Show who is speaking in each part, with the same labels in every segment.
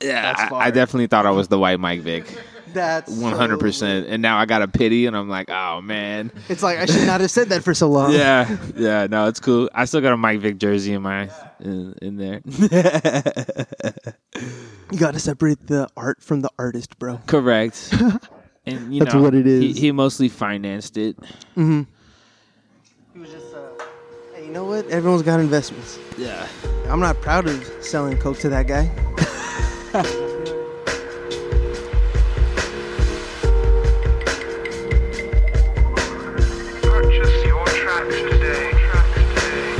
Speaker 1: Yeah,
Speaker 2: That's
Speaker 1: I- I,
Speaker 2: fire.
Speaker 1: definitely thought I was the white Mike Vick,
Speaker 2: That's so-
Speaker 1: one hundred percent. And now I got a pity, and I'm like, oh man.
Speaker 2: It's like I should not have said that for so long.
Speaker 1: Yeah, yeah, no, it's cool. I still got a Mike Vick jersey in my in, in there.
Speaker 2: You got to separate the art from the artist, bro.
Speaker 1: Correct. And you
Speaker 2: That's
Speaker 1: know,
Speaker 2: what it
Speaker 1: he-
Speaker 2: is.
Speaker 1: He, mostly financed it.
Speaker 2: He was just, uh, hey, you know what? Everyone's got investments.
Speaker 1: Yeah.
Speaker 2: I'm not proud of selling coke to that guy.
Speaker 3: Purchase your tracks today.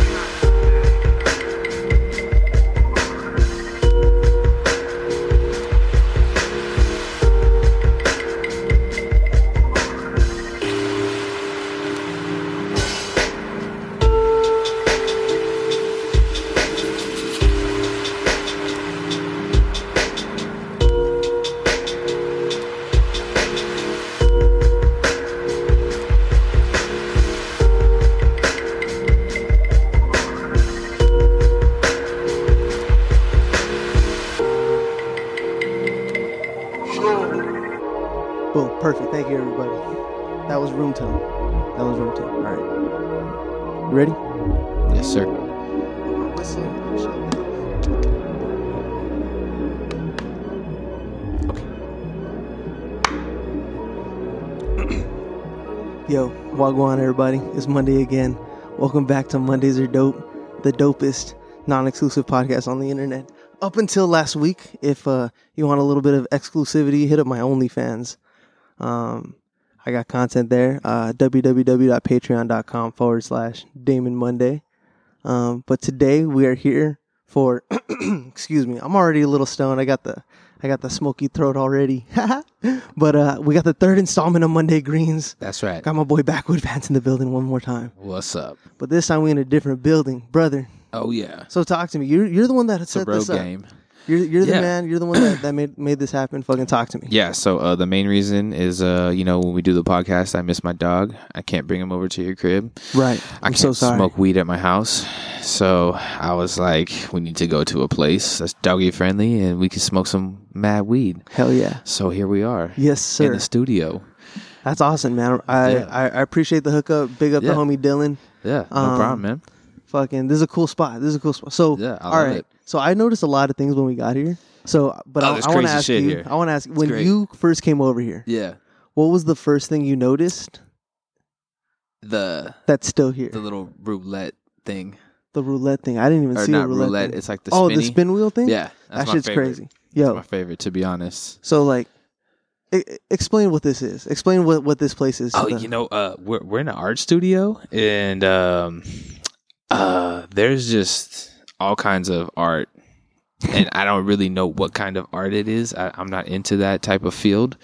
Speaker 2: Boom, perfect. Thank you, everybody. That was room tone. That was room tone. All right, you ready?
Speaker 1: Yes, sir.
Speaker 2: Yo, Wagwan, everybody. It's Monday again. Welcome back to Mondays Are Dope, the dopest non exclusive podcast on the internet. Up until last week, if uh, you want a little bit of exclusivity, hit up my OnlyFans. Um, I got content there. Uh, www.patreon.com forward slash Damon Monday. Um, but today we are here for excuse me, I'm already a little stoned. I got the I got the smoky throat already. but uh, we got the third installment of Monday Greens.
Speaker 1: That's right.
Speaker 2: Got my boy Backwood Vance in the building one more time.
Speaker 1: What's up?
Speaker 2: But this time we in a different building, brother.
Speaker 1: Oh yeah.
Speaker 2: So talk to me. You're you're the one that set
Speaker 1: Bro
Speaker 2: this up.
Speaker 1: game.
Speaker 2: You're you're the
Speaker 1: Yeah.
Speaker 2: man. You're the one that, that made made this happen. Fucking talk to me.
Speaker 1: Yeah, so uh, the main reason is uh, you know, when we do the podcast, I miss my dog. I can't bring him over to your crib.
Speaker 2: Right.
Speaker 1: I
Speaker 2: I'm
Speaker 1: can't
Speaker 2: so sorry.
Speaker 1: smoke weed at my house. So I was like, we need to go to a place that's doggy friendly and we can smoke some mad weed.
Speaker 2: Hell yeah.
Speaker 1: So here we are.
Speaker 2: Yes, sir.
Speaker 1: In the studio.
Speaker 2: That's awesome, man. I,
Speaker 1: Yeah.
Speaker 2: I, I appreciate the hookup. Big up
Speaker 1: Yeah.
Speaker 2: the homie Dylan.
Speaker 1: Yeah. No
Speaker 2: Um,
Speaker 1: problem, man.
Speaker 2: fucking this is a cool spot this is a cool spot so
Speaker 1: Yeah, I
Speaker 2: all
Speaker 1: love
Speaker 2: right
Speaker 1: it.
Speaker 2: so i noticed a lot of things when we got here so but
Speaker 1: Oh,
Speaker 2: i,
Speaker 1: there's
Speaker 2: I want to
Speaker 1: crazy
Speaker 2: ask you
Speaker 1: shit here.
Speaker 2: i want to ask when
Speaker 1: great.
Speaker 2: you first came over here
Speaker 1: Yeah.
Speaker 2: what was the first thing you noticed
Speaker 1: The
Speaker 2: that's still here
Speaker 1: the
Speaker 2: the,
Speaker 1: little roulette thing.
Speaker 2: roulette thing i didn't even
Speaker 1: or
Speaker 2: see
Speaker 1: not
Speaker 2: a roulette,
Speaker 1: roulette.
Speaker 2: thing.
Speaker 1: It's like the
Speaker 2: oh the
Speaker 1: spinny.
Speaker 2: spin wheel thing
Speaker 1: Yeah,
Speaker 2: that
Speaker 1: that's my
Speaker 2: shit's
Speaker 1: favorite.
Speaker 2: crazy
Speaker 1: That's
Speaker 2: yo
Speaker 1: my favorite, to be honest.
Speaker 2: so like I- I- explain what this is explain what what this place is to
Speaker 1: Oh,
Speaker 2: the-
Speaker 1: you know, uh, we're we're in an art studio, and um, uh, there's just all kinds of art, and I don't really know what kind of art it is. I, I'm not into that type of field,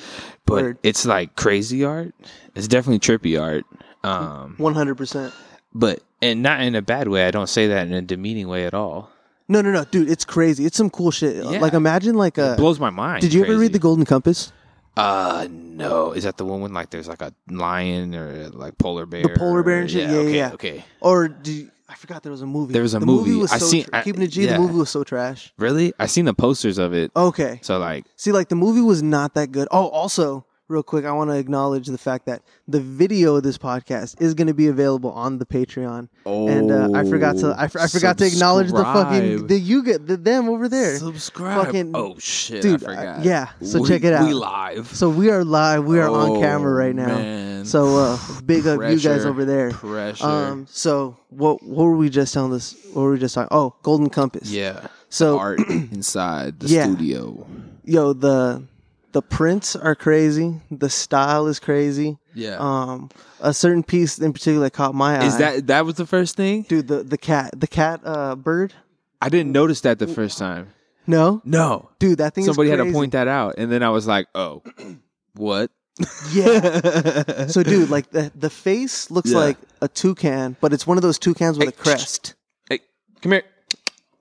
Speaker 1: but
Speaker 2: Word.
Speaker 1: it's like crazy art. It's definitely trippy art. Um,
Speaker 2: 100%
Speaker 1: but and not in a bad way. I don't say that in a demeaning way at all.
Speaker 2: no no no dude it's crazy it's some cool shit
Speaker 1: Yeah.
Speaker 2: like imagine like a
Speaker 1: it blows my mind.
Speaker 2: Uh, did you ever read
Speaker 1: Crazy.
Speaker 2: the golden compass
Speaker 1: Uh no, is that the one when like there's like a lion or like polar bear?
Speaker 2: polar bear and shit? Yeah,
Speaker 1: okay,
Speaker 2: yeah, yeah.
Speaker 1: Okay,
Speaker 2: Or do you- I forgot there was a movie.
Speaker 1: There was a
Speaker 2: the
Speaker 1: movie.
Speaker 2: was
Speaker 1: I
Speaker 2: so
Speaker 1: seen-
Speaker 2: tra-
Speaker 1: I-
Speaker 2: keeping it G. The
Speaker 1: yeah.
Speaker 2: movie was so trash.
Speaker 1: really? I seen the posters of it.
Speaker 2: Okay.
Speaker 1: So like,
Speaker 2: See, like the movie was not that good. Oh, also, real quick, I want to acknowledge the fact that the video of this podcast is going to be available on the Patreon.
Speaker 1: oh,
Speaker 2: and uh, I forgot to I, f- I forgot to acknowledge the fucking the you get the them over there.
Speaker 1: subscribe.
Speaker 2: fucking-
Speaker 1: oh shit,
Speaker 2: dude,
Speaker 1: I forgot.
Speaker 2: I- yeah, so
Speaker 1: We-
Speaker 2: check it out.
Speaker 1: We live.
Speaker 2: so we are live. We are on camera
Speaker 1: Oh,
Speaker 2: right now.
Speaker 1: man.
Speaker 2: So uh, big up you guys
Speaker 1: Pressure,
Speaker 2: over there.
Speaker 1: Pressure.
Speaker 2: Um. So what what were we just telling this? What were we just talking? Oh, Golden Compass.
Speaker 1: yeah.
Speaker 2: So
Speaker 1: Art inside the
Speaker 2: Yeah.
Speaker 1: studio.
Speaker 2: yo the the prints are crazy the style is crazy
Speaker 1: Yeah.
Speaker 2: um a certain piece in particular that caught my eye
Speaker 1: is that that was the first thing?
Speaker 2: dude the the cat the cat uh bird
Speaker 1: I didn't notice that the first time.
Speaker 2: no
Speaker 1: No.
Speaker 2: dude that thing
Speaker 1: Somebody
Speaker 2: is
Speaker 1: had to
Speaker 2: crazy.
Speaker 1: point that out, and then I was like, "Oh, what?"
Speaker 2: yeah so dude like the the face looks
Speaker 1: Yeah.
Speaker 2: like a toucan but it's one of those toucans with a
Speaker 1: Hey,
Speaker 2: crest
Speaker 1: Hey, come here.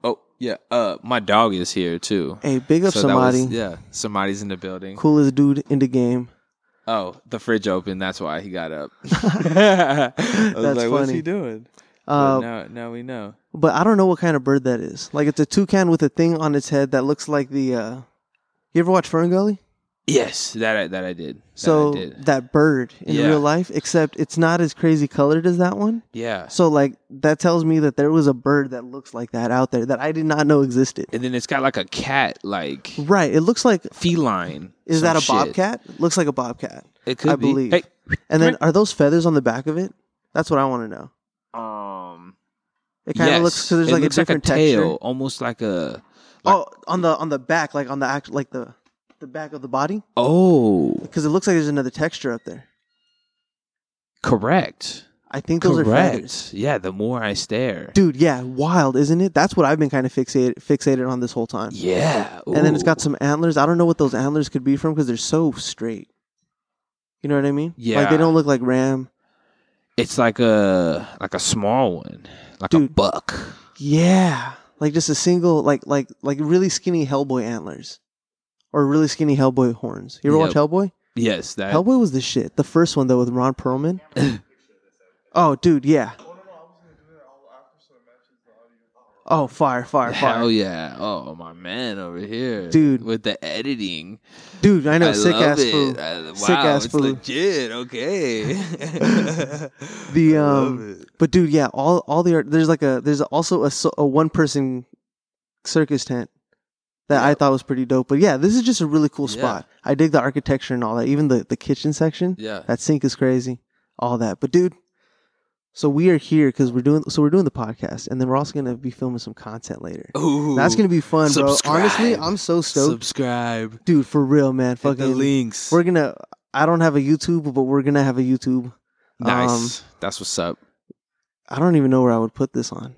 Speaker 1: Oh yeah. Uh, my dog is here too.
Speaker 2: hey big up
Speaker 1: So that was-
Speaker 2: somebody
Speaker 1: yeah, somebody's in the building.
Speaker 2: coolest dude in the game
Speaker 1: Oh, the fridge open. That's why he got up. That's
Speaker 2: That's
Speaker 1: What's
Speaker 2: funny.
Speaker 1: he doing? but
Speaker 2: uh,
Speaker 1: now, now we know.
Speaker 2: but i don't know what kind of bird that is like it's a toucan with a thing on its head that looks like the uh You ever watch Fern Gully?
Speaker 1: Yes, that I, that I did. That
Speaker 2: So
Speaker 1: I did.
Speaker 2: that bird in
Speaker 1: Yeah.
Speaker 2: real life, except it's not as crazy colored as that one.
Speaker 1: yeah,
Speaker 2: So like that tells me that there was a bird that looks like that out there that I did not know existed.
Speaker 1: and then it's got like a cat like
Speaker 2: Right. It looks like
Speaker 1: feline.
Speaker 2: is
Speaker 1: some
Speaker 2: that a
Speaker 1: shit.
Speaker 2: bobcat? It looks like a bobcat.
Speaker 1: It could
Speaker 2: I
Speaker 1: be.
Speaker 2: believe.
Speaker 1: Hey,
Speaker 2: And then are those feathers on the back of it? That's what I want to know.
Speaker 1: um,
Speaker 2: It kind of
Speaker 1: yes.
Speaker 2: looks because there's
Speaker 1: It
Speaker 2: like a
Speaker 1: looks
Speaker 2: different
Speaker 1: like a
Speaker 2: texture.
Speaker 1: tail, almost like a
Speaker 2: Oh, on the on the back, like on the act, like the the back of the body,
Speaker 1: oh,
Speaker 2: because it looks like there's another texture up there.
Speaker 1: correct,
Speaker 2: I think those are feathers.
Speaker 1: correct. Yeah, the more I stare,
Speaker 2: Dude, yeah, wild, isn't it? That's what I've been kind of fixated fixated on this whole time.
Speaker 1: yeah,
Speaker 2: And then it's
Speaker 1: ooh.
Speaker 2: got some antlers. I don't know what those antlers could be from because they're so straight. You know what I mean? Like they
Speaker 1: Yeah.
Speaker 2: don't look like ram.
Speaker 1: It's like a like a small one, like a
Speaker 2: Dude.
Speaker 1: buck.
Speaker 2: Yeah. Like just a single like like like really skinny Hellboy antlers. Or really skinny Hellboy horns. You ever
Speaker 1: Yep.
Speaker 2: watch Hellboy?
Speaker 1: Yes, that
Speaker 2: Hellboy was the shit. The first one though with Ron Perlman. oh, dude, yeah. Oh, fire, fire, fire.
Speaker 1: Hell yeah! Oh my man over here,
Speaker 2: Dude.
Speaker 1: with the editing.
Speaker 2: Dude, I know, sick
Speaker 1: love
Speaker 2: ass
Speaker 1: it.
Speaker 2: food.
Speaker 1: I- wow,
Speaker 2: Sick ass
Speaker 1: it's
Speaker 2: food.
Speaker 1: legit. Okay.
Speaker 2: The
Speaker 1: I love
Speaker 2: um,
Speaker 1: it.
Speaker 2: but dude, yeah, all all the art. There's like a there's also a so- a one person circus tent that I
Speaker 1: Yep.
Speaker 2: thought was pretty dope. But yeah, this is just a really cool
Speaker 1: Yeah.
Speaker 2: spot. I dig the architecture and all that. Even the the kitchen section,
Speaker 1: yeah.
Speaker 2: that sink is crazy. All that, but dude. So we are here because we're doing so we're doing the podcast, and then we're also gonna be filming some content later.
Speaker 1: Ooh,
Speaker 2: That's gonna be fun, bro. Honestly,
Speaker 1: subscribe.
Speaker 2: I'm so stoked,
Speaker 1: subscribe. Hit
Speaker 2: dude. For real, man. Fucking
Speaker 1: the links.
Speaker 2: We're um, gonna. I don't have a YouTube, but we're gonna have a YouTube.
Speaker 1: nice. That's what's up.
Speaker 2: I don't even know where I would put this on.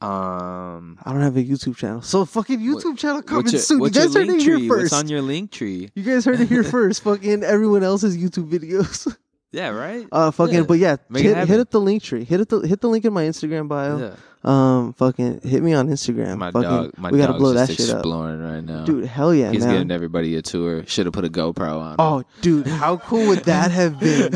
Speaker 1: Um,
Speaker 2: I don't have a YouTube channel. So fucking YouTube channel coming
Speaker 1: what's your,
Speaker 2: soon. You
Speaker 1: what's your
Speaker 2: guys heard
Speaker 1: link
Speaker 2: it here
Speaker 1: tree? What's
Speaker 2: first.
Speaker 1: on your link tree?
Speaker 2: you guys heard it here first. Fucking everyone else's YouTube videos.
Speaker 1: Yeah, right.
Speaker 2: Uh, fucking.
Speaker 1: Yeah.
Speaker 2: But yeah,
Speaker 1: Make it
Speaker 2: hit, hit
Speaker 1: happen.
Speaker 2: up the link tree. Hit up the hit the link in my Instagram bio.
Speaker 1: yeah.
Speaker 2: Um, fucking hit me on Instagram.
Speaker 1: My
Speaker 2: Uh, fucking,
Speaker 1: dog. My
Speaker 2: we gotta
Speaker 1: dog's
Speaker 2: blow that
Speaker 1: just
Speaker 2: shit up,
Speaker 1: exploring right now.
Speaker 2: dude. Hell yeah,
Speaker 1: He's
Speaker 2: man.
Speaker 1: giving everybody a tour. Should have put a GoPro on.
Speaker 2: Oh, dude, how cool would that have been?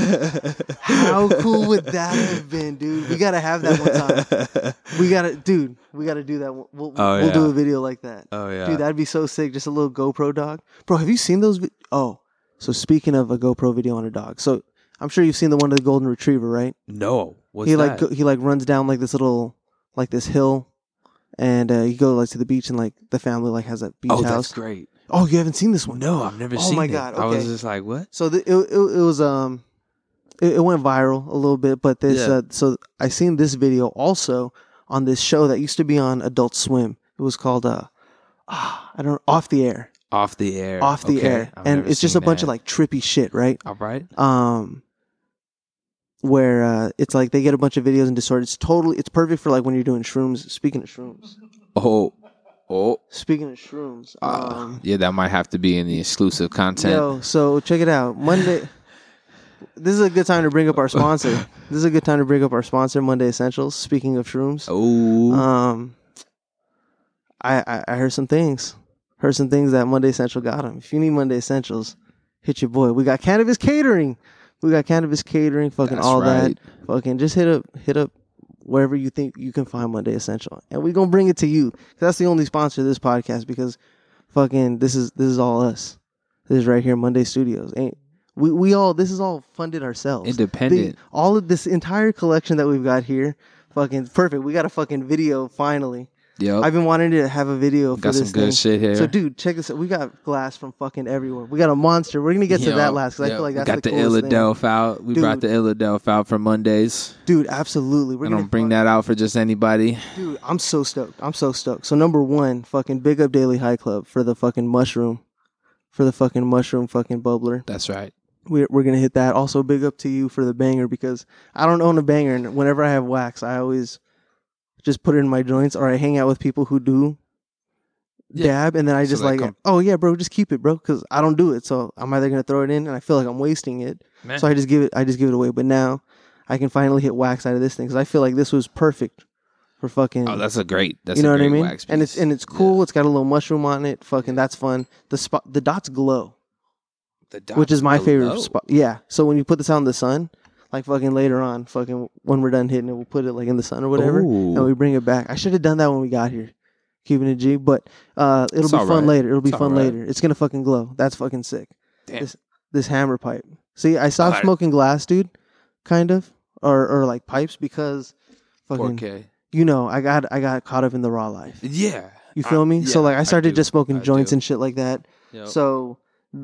Speaker 2: How cool would that have been, dude? We gotta have that one time. We gotta, dude. We gotta do that. We'll we'll,
Speaker 1: Oh,
Speaker 2: we'll do
Speaker 1: yeah.
Speaker 2: a video like that.
Speaker 1: oh yeah.
Speaker 2: Dude, that'd be so sick. Just a little GoPro dog. Bro, have you seen those? Vi- oh, so speaking of a GoPro video on a dog, so I'm sure you've seen the one of the golden retriever, right?
Speaker 1: no. What's
Speaker 2: he
Speaker 1: that?
Speaker 2: like go, he like runs down like this little like this hill, and uh, you go like to the beach and like the family like has a beach
Speaker 1: oh,
Speaker 2: house.
Speaker 1: that's great.
Speaker 2: Oh, you haven't seen this one?
Speaker 1: No, I've never
Speaker 2: Oh
Speaker 1: seen.
Speaker 2: my
Speaker 1: it.
Speaker 2: God,
Speaker 1: I was
Speaker 2: okay.
Speaker 1: just like, what?
Speaker 2: So the, it, it it was um, it, it went viral a little bit, but this
Speaker 1: Yeah.
Speaker 2: uh, so I seen this video also on this show that used to be on Adult Swim. It was called uh, ah, I don't off the air.
Speaker 1: Off the air.
Speaker 2: off the
Speaker 1: Okay,
Speaker 2: air
Speaker 1: I've
Speaker 2: and
Speaker 1: never
Speaker 2: it's just a
Speaker 1: seen
Speaker 2: bunch of
Speaker 1: that.
Speaker 2: like trippy shit right
Speaker 1: All right.
Speaker 2: um where uh it's like they get a bunch of videos and disorder it's totally it's perfect for like when you're doing shrooms speaking of shrooms
Speaker 1: Oh, oh.
Speaker 2: speaking of shrooms
Speaker 1: Uh,
Speaker 2: um
Speaker 1: yeah, that might have to be in the exclusive content.
Speaker 2: yo so check it out monday this is a good time to bring up our sponsor this is a good time to bring up our sponsor monday essentials speaking of shrooms
Speaker 1: Oh,
Speaker 2: um I, I i heard some things heard some things that monday central got him if you need monday essentials hit your boy we got cannabis catering we got cannabis catering fucking
Speaker 1: That's
Speaker 2: all
Speaker 1: right.
Speaker 2: that fucking just hit up hit up wherever you think you can find monday essential and we gonna bring it to you that's the only sponsor of this podcast because fucking this is this is all us this is right here monday studios ain't we, we all this is all funded ourselves
Speaker 1: independent.
Speaker 2: the- all of this entire collection that we've got here, fucking perfect. We got a fucking video finally.
Speaker 1: yep.
Speaker 2: I've been wanting to have a video for
Speaker 1: Oh. got
Speaker 2: this
Speaker 1: some good
Speaker 2: thing.
Speaker 1: shit here.
Speaker 2: So, dude, check this out. We got glass from fucking everywhere. We got a monster. We're gonna get to
Speaker 1: Yep,
Speaker 2: that last because I
Speaker 1: yep.
Speaker 2: feel like
Speaker 1: We
Speaker 2: that's
Speaker 1: got
Speaker 2: the,
Speaker 1: the,
Speaker 2: coolest thing.
Speaker 1: Illadelph out. We brought the
Speaker 2: Dude.
Speaker 1: Illadelph out for Mondays.
Speaker 2: Dude, absolutely. We're
Speaker 1: I
Speaker 2: gonna
Speaker 1: don't bring
Speaker 2: fuck-
Speaker 1: that out for just anybody.
Speaker 2: Dude, I'm so stoked. I'm so stoked. So number one, fucking big up Daily High Club for the fucking mushroom, for the fucking mushroom fucking bubbler.
Speaker 1: That's right.
Speaker 2: we're, we're gonna hit that. Also, big up to you for the banger because I don't own a banger, and whenever I have wax, I always just put it in my joints, or I hang out with people who do
Speaker 1: Yeah.
Speaker 2: dab, and then I
Speaker 1: So
Speaker 2: just
Speaker 1: that
Speaker 2: like,
Speaker 1: com-
Speaker 2: oh yeah, bro, just keep it, bro, because I don't do it, so I'm either gonna throw it in, and I feel like I'm wasting it, so I just give it, I just give it away. But now I can finally hit wax out of this thing because I feel like this was perfect for fucking.
Speaker 1: oh, that's a great. That's
Speaker 2: you know
Speaker 1: a
Speaker 2: what
Speaker 1: great
Speaker 2: I mean?
Speaker 1: wax piece.
Speaker 2: And it's and it's cool. It's got a little mushroom on it. Fucking, that's fun. The spot, the dots glow
Speaker 1: The Oh.
Speaker 2: which is
Speaker 1: dots
Speaker 2: my favorite
Speaker 1: below.
Speaker 2: spot. Yeah. So when you put this out in the sun, like fucking later on, fucking when we're done hitting it, we'll put it like in the sun or whatever,
Speaker 1: Ooh.
Speaker 2: and we bring it back. I should have done that when we got here. keeping it G. But uh, it'll
Speaker 1: It's
Speaker 2: be
Speaker 1: all
Speaker 2: fun
Speaker 1: right.
Speaker 2: later. It'll be
Speaker 1: It's all
Speaker 2: fun
Speaker 1: right.
Speaker 2: later. It's gonna fucking glow. That's fucking sick.
Speaker 1: Damn.
Speaker 2: This this hammer pipe. See, I stopped
Speaker 1: All right.
Speaker 2: smoking glass, dude. Kind of, or or like pipes because fucking
Speaker 1: 4K.
Speaker 2: you know I got I got caught up in the raw life.
Speaker 1: Yeah.
Speaker 2: You feel
Speaker 1: I-
Speaker 2: me? so
Speaker 1: yeah,
Speaker 2: like I started
Speaker 1: do.
Speaker 2: just smoking
Speaker 1: I
Speaker 2: joints
Speaker 1: do.
Speaker 2: and shit like that.
Speaker 1: Yep.
Speaker 2: So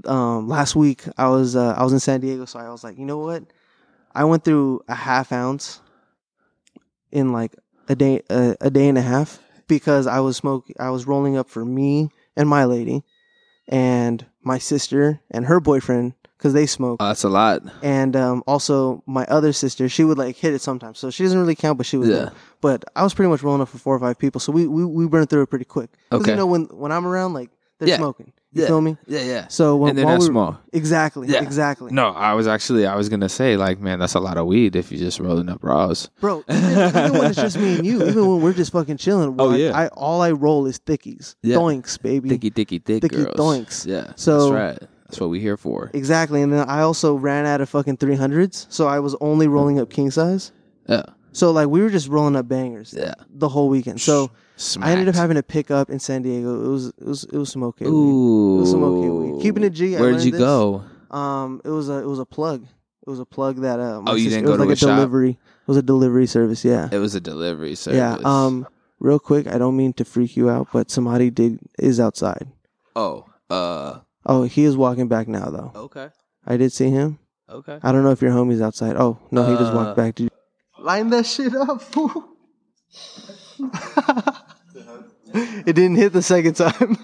Speaker 2: um, last week I was uh, I was in San Diego, so I was like, you know what? I went through a half ounce in like a day a, a day and a half because I was smoke I was rolling up for me and my lady and my sister and her boyfriend because they smoke
Speaker 1: Oh, that's a lot.
Speaker 2: and um, also my other sister she would like hit it sometimes so she doesn't really count but she was
Speaker 1: Yeah.
Speaker 2: there but I was pretty much rolling up for four or five people so we we, we burned through it pretty quick 'Cause,
Speaker 1: Okay.
Speaker 2: you know when when I'm around like they're
Speaker 1: Yeah.
Speaker 2: smoking you
Speaker 1: Yeah.
Speaker 2: feel me
Speaker 1: Yeah, yeah.
Speaker 2: so when
Speaker 1: and then
Speaker 2: while
Speaker 1: that's
Speaker 2: we were-
Speaker 1: small.
Speaker 2: Exactly.
Speaker 1: Yeah.
Speaker 2: Exactly.
Speaker 1: No, I was actually I was gonna say like, man, that's a lot of weed if you're just rolling up raws.
Speaker 2: Bro, even, even when it's just me and you, even when we're just fucking chilling,
Speaker 1: Oh,
Speaker 2: like,
Speaker 1: yeah.
Speaker 2: I all I roll is thickies.
Speaker 1: Yeah.
Speaker 2: Doinks, baby.
Speaker 1: Thicky, thicky, thick
Speaker 2: Thicky
Speaker 1: girls.
Speaker 2: doinks.
Speaker 1: Yeah,
Speaker 2: So-
Speaker 1: that's right. That's what we here for.
Speaker 2: Exactly. And then I also ran out of fucking three hundreds, so I was only rolling up king size.
Speaker 1: Yeah,
Speaker 2: So like we were just rolling up bangers
Speaker 1: yeah.
Speaker 2: the whole weekend. So
Speaker 1: Smacked.
Speaker 2: I ended up having to pick up in San Diego. It was it was it was some okay weed.
Speaker 1: Ooh,
Speaker 2: was some okay weed. Keeping it G, I
Speaker 1: Where'd
Speaker 2: learned
Speaker 1: you
Speaker 2: this.
Speaker 1: go?
Speaker 2: Um, it was a it was a plug. It was a plug that uh, my
Speaker 1: Oh, you
Speaker 2: sister-
Speaker 1: didn't
Speaker 2: it was
Speaker 1: go to
Speaker 2: like
Speaker 1: a shop?
Speaker 2: delivery. It was a delivery service. Yeah.
Speaker 1: It was a delivery service.
Speaker 2: Yeah. Um. Real quick, I don't mean to freak you out, but somebody did is outside.
Speaker 1: Oh. Uh.
Speaker 2: Oh, he is walking back now though.
Speaker 1: Okay.
Speaker 2: I did see him.
Speaker 1: Okay.
Speaker 2: I don't know if your homie's outside. Oh no, he just walked
Speaker 1: Uh.
Speaker 2: back. Did you line that shit up? fool. it didn't hit the second time.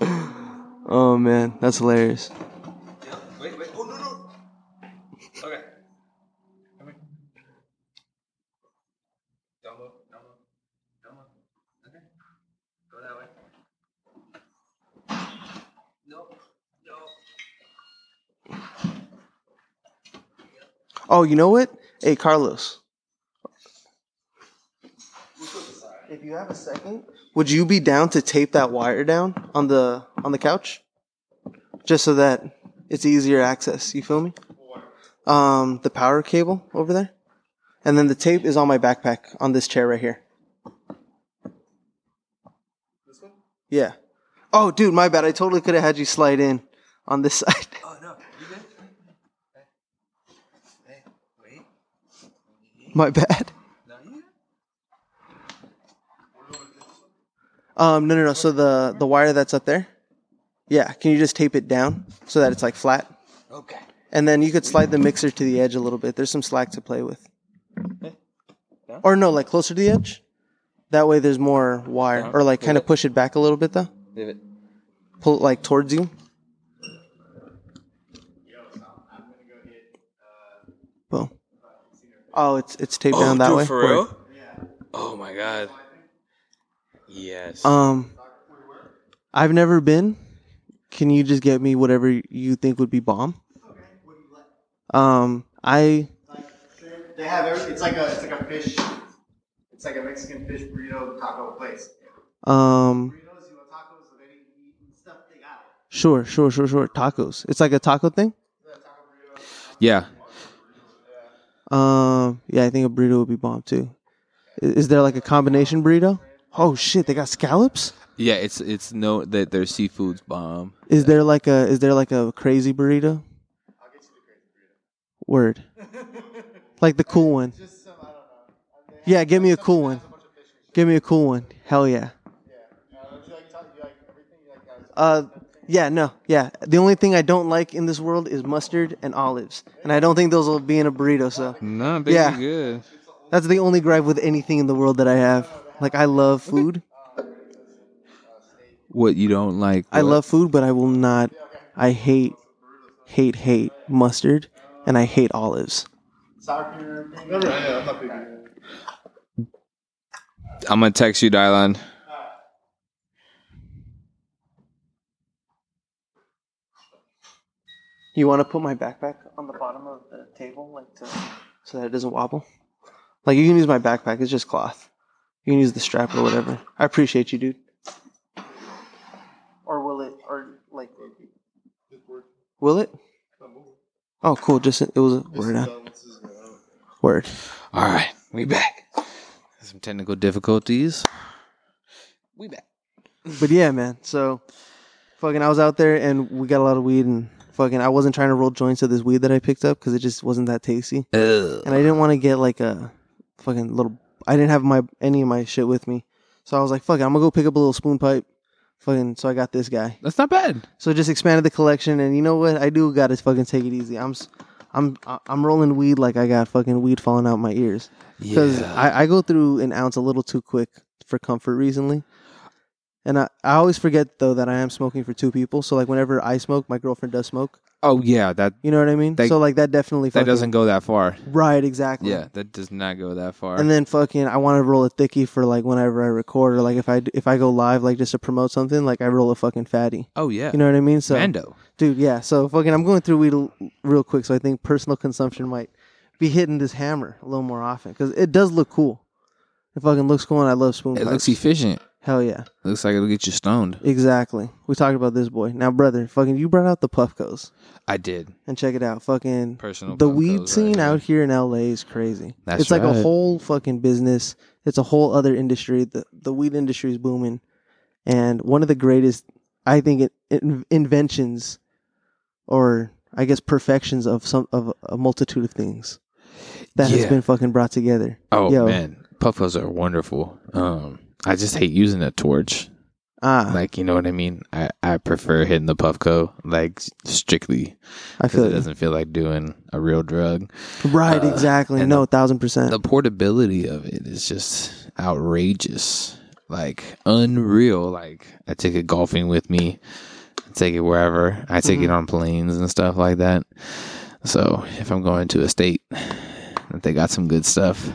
Speaker 2: oh man, that's hilarious.
Speaker 1: Wait. Wait. Oh no no. Okay.
Speaker 2: Oh, you know what? Hey, Carlos. If you have a second, would you be down to tape that wire down on the on the couch, just so that it's easier access? You feel me? Um, the power cable over there, and then the tape is on my backpack on this chair right here. This one? Yeah. Oh, dude, my bad. I totally could have had you slide in on this side. My bad. Um, no, no, no. So the the wire that's up there, yeah. Can you just tape it down so that it's like flat? Okay. And then you could slide the mixer to the edge a little bit. There's some slack to play with. Or no, like closer to the edge. That way, there's more wire. Or like kind of push it back a little bit though. Pull it like towards you. Boom. Oh, it's it's taped down that way. Word.
Speaker 1: Oh my god. Yes.
Speaker 2: Um, I've never been. Can you just get me whatever you think would be bomb? Um, I
Speaker 4: They have every, it's like a it's like a fish, it's like a Mexican fish burrito taco place.
Speaker 2: um
Speaker 4: Burritos, you want tacos of any meat and stuff they got. it.
Speaker 2: sure sure sure sure tacos. It's like a taco thing.
Speaker 1: yeah.
Speaker 2: Um, yeah, I think a burrito would be bomb too. I- Is there like a combination burrito? Oh shit, they got scallops.
Speaker 1: Yeah. It's it's no that their seafood's bomb.
Speaker 2: Is there like a is there like a crazy burrito? Word. Like the cool one.
Speaker 4: Just some I don't know.
Speaker 2: Yeah, give me a cool one. Give me a cool one. Hell
Speaker 4: Yeah.
Speaker 2: yeah.
Speaker 4: Uh, don't you like taco? You like everything? You like guys?
Speaker 2: Uh, yeah, no, yeah. The only thing I don't like in this world is mustard and olives, and I don't think those will be in a burrito. So
Speaker 1: No,
Speaker 2: be Yeah.
Speaker 1: good.
Speaker 2: that's the only gripe with anything in the world that I have. Like I love food,
Speaker 1: What you don't like?
Speaker 2: I
Speaker 1: what-
Speaker 2: love food, but I will not. I hate, hate, hate mustard, and I hate olives.
Speaker 4: sour cream. and everything? No, no, no, I'm not big. on it.
Speaker 1: I'm gonna text you, Dylan.
Speaker 2: You want to put my backpack on the bottom of the table, like to, so that it doesn't wobble. Like you can use my backpack; it's just cloth. You can use the strap or whatever. I appreciate you, dude. Or will it? Or like, will it? Oh, cool. Just it was a word. huh? Word.
Speaker 1: All right, we back. Some technical difficulties.
Speaker 5: We back.
Speaker 2: But yeah, man. So, fucking, I was out there and we got a lot of weed and fucking, I wasn't trying to roll joints of this weed that I picked up because it just wasn't that tasty. And I didn't want to get like a fucking little. I didn't have my any of my shit with me, so I was like, "Fuck it, I'm gonna go pick up a little spoon pipe." Fucking, so I got this guy.
Speaker 1: That's not bad.
Speaker 2: So it just expanded the collection, and you know what? I do gotta fucking take it easy. I'm, s- I'm, I- I'm rolling weed like I got fucking weed falling out my ears because I, I go through an ounce a little too quick for comfort recently. And I, I always forget though that I am smoking for two people. So like whenever I smoke, my girlfriend does smoke.
Speaker 1: oh yeah, that
Speaker 2: You know what I mean?
Speaker 1: That-
Speaker 2: so like that definitely
Speaker 1: that
Speaker 2: fucking-
Speaker 1: doesn't go that far.
Speaker 2: right exactly.
Speaker 1: Yeah, that does not go that far.
Speaker 2: And then fucking, I want to roll a thickie for like whenever I record or like if I d- if I go live like just to promote something, like I roll a fucking fatty.
Speaker 1: oh yeah,
Speaker 2: You know what I mean? So
Speaker 1: Mando.
Speaker 2: dude, yeah. So fucking, I'm going through weed l- real quick. So I think personal consumption might be hitting this hammer a little more often because it does look cool. It fucking looks cool, and I love spoon.
Speaker 1: It looks
Speaker 2: pipes.
Speaker 1: efficient.
Speaker 2: Hell yeah.
Speaker 1: Looks like it'll get you stoned.
Speaker 2: Exactly. We talked about this boy. Now, brother, fucking, you brought out the Puffcos
Speaker 1: I did
Speaker 2: and check it out. Fucking
Speaker 1: personal.
Speaker 2: the
Speaker 1: pump
Speaker 2: weed
Speaker 1: goes Oh right
Speaker 2: scene
Speaker 1: here.
Speaker 2: out here in LA is crazy.
Speaker 1: That's
Speaker 2: it's like a
Speaker 1: right.
Speaker 2: whole fucking business. It's a whole other industry. The the weed industry is booming, and one of the greatest, I think, it, in, inventions, or I guess perfections of some of a multitude of things that has
Speaker 1: Yeah.
Speaker 2: been fucking brought together.
Speaker 1: Oh
Speaker 2: Yo.
Speaker 1: man, puffos are wonderful. Um, I just hate using a torch.
Speaker 2: Ah,
Speaker 1: Like you know what I mean. I I prefer hitting the puffco like strictly
Speaker 2: I
Speaker 1: because
Speaker 2: feel
Speaker 1: it
Speaker 2: it.
Speaker 1: doesn't feel like doing a real drug.
Speaker 2: Right,
Speaker 1: uh,
Speaker 2: exactly.
Speaker 1: and
Speaker 2: No, thousand percent.
Speaker 1: the portability of it is just outrageous like unreal like i take it golfing with me I take it wherever i take it on planes and stuff like that so if i'm going to a state that they got some good stuff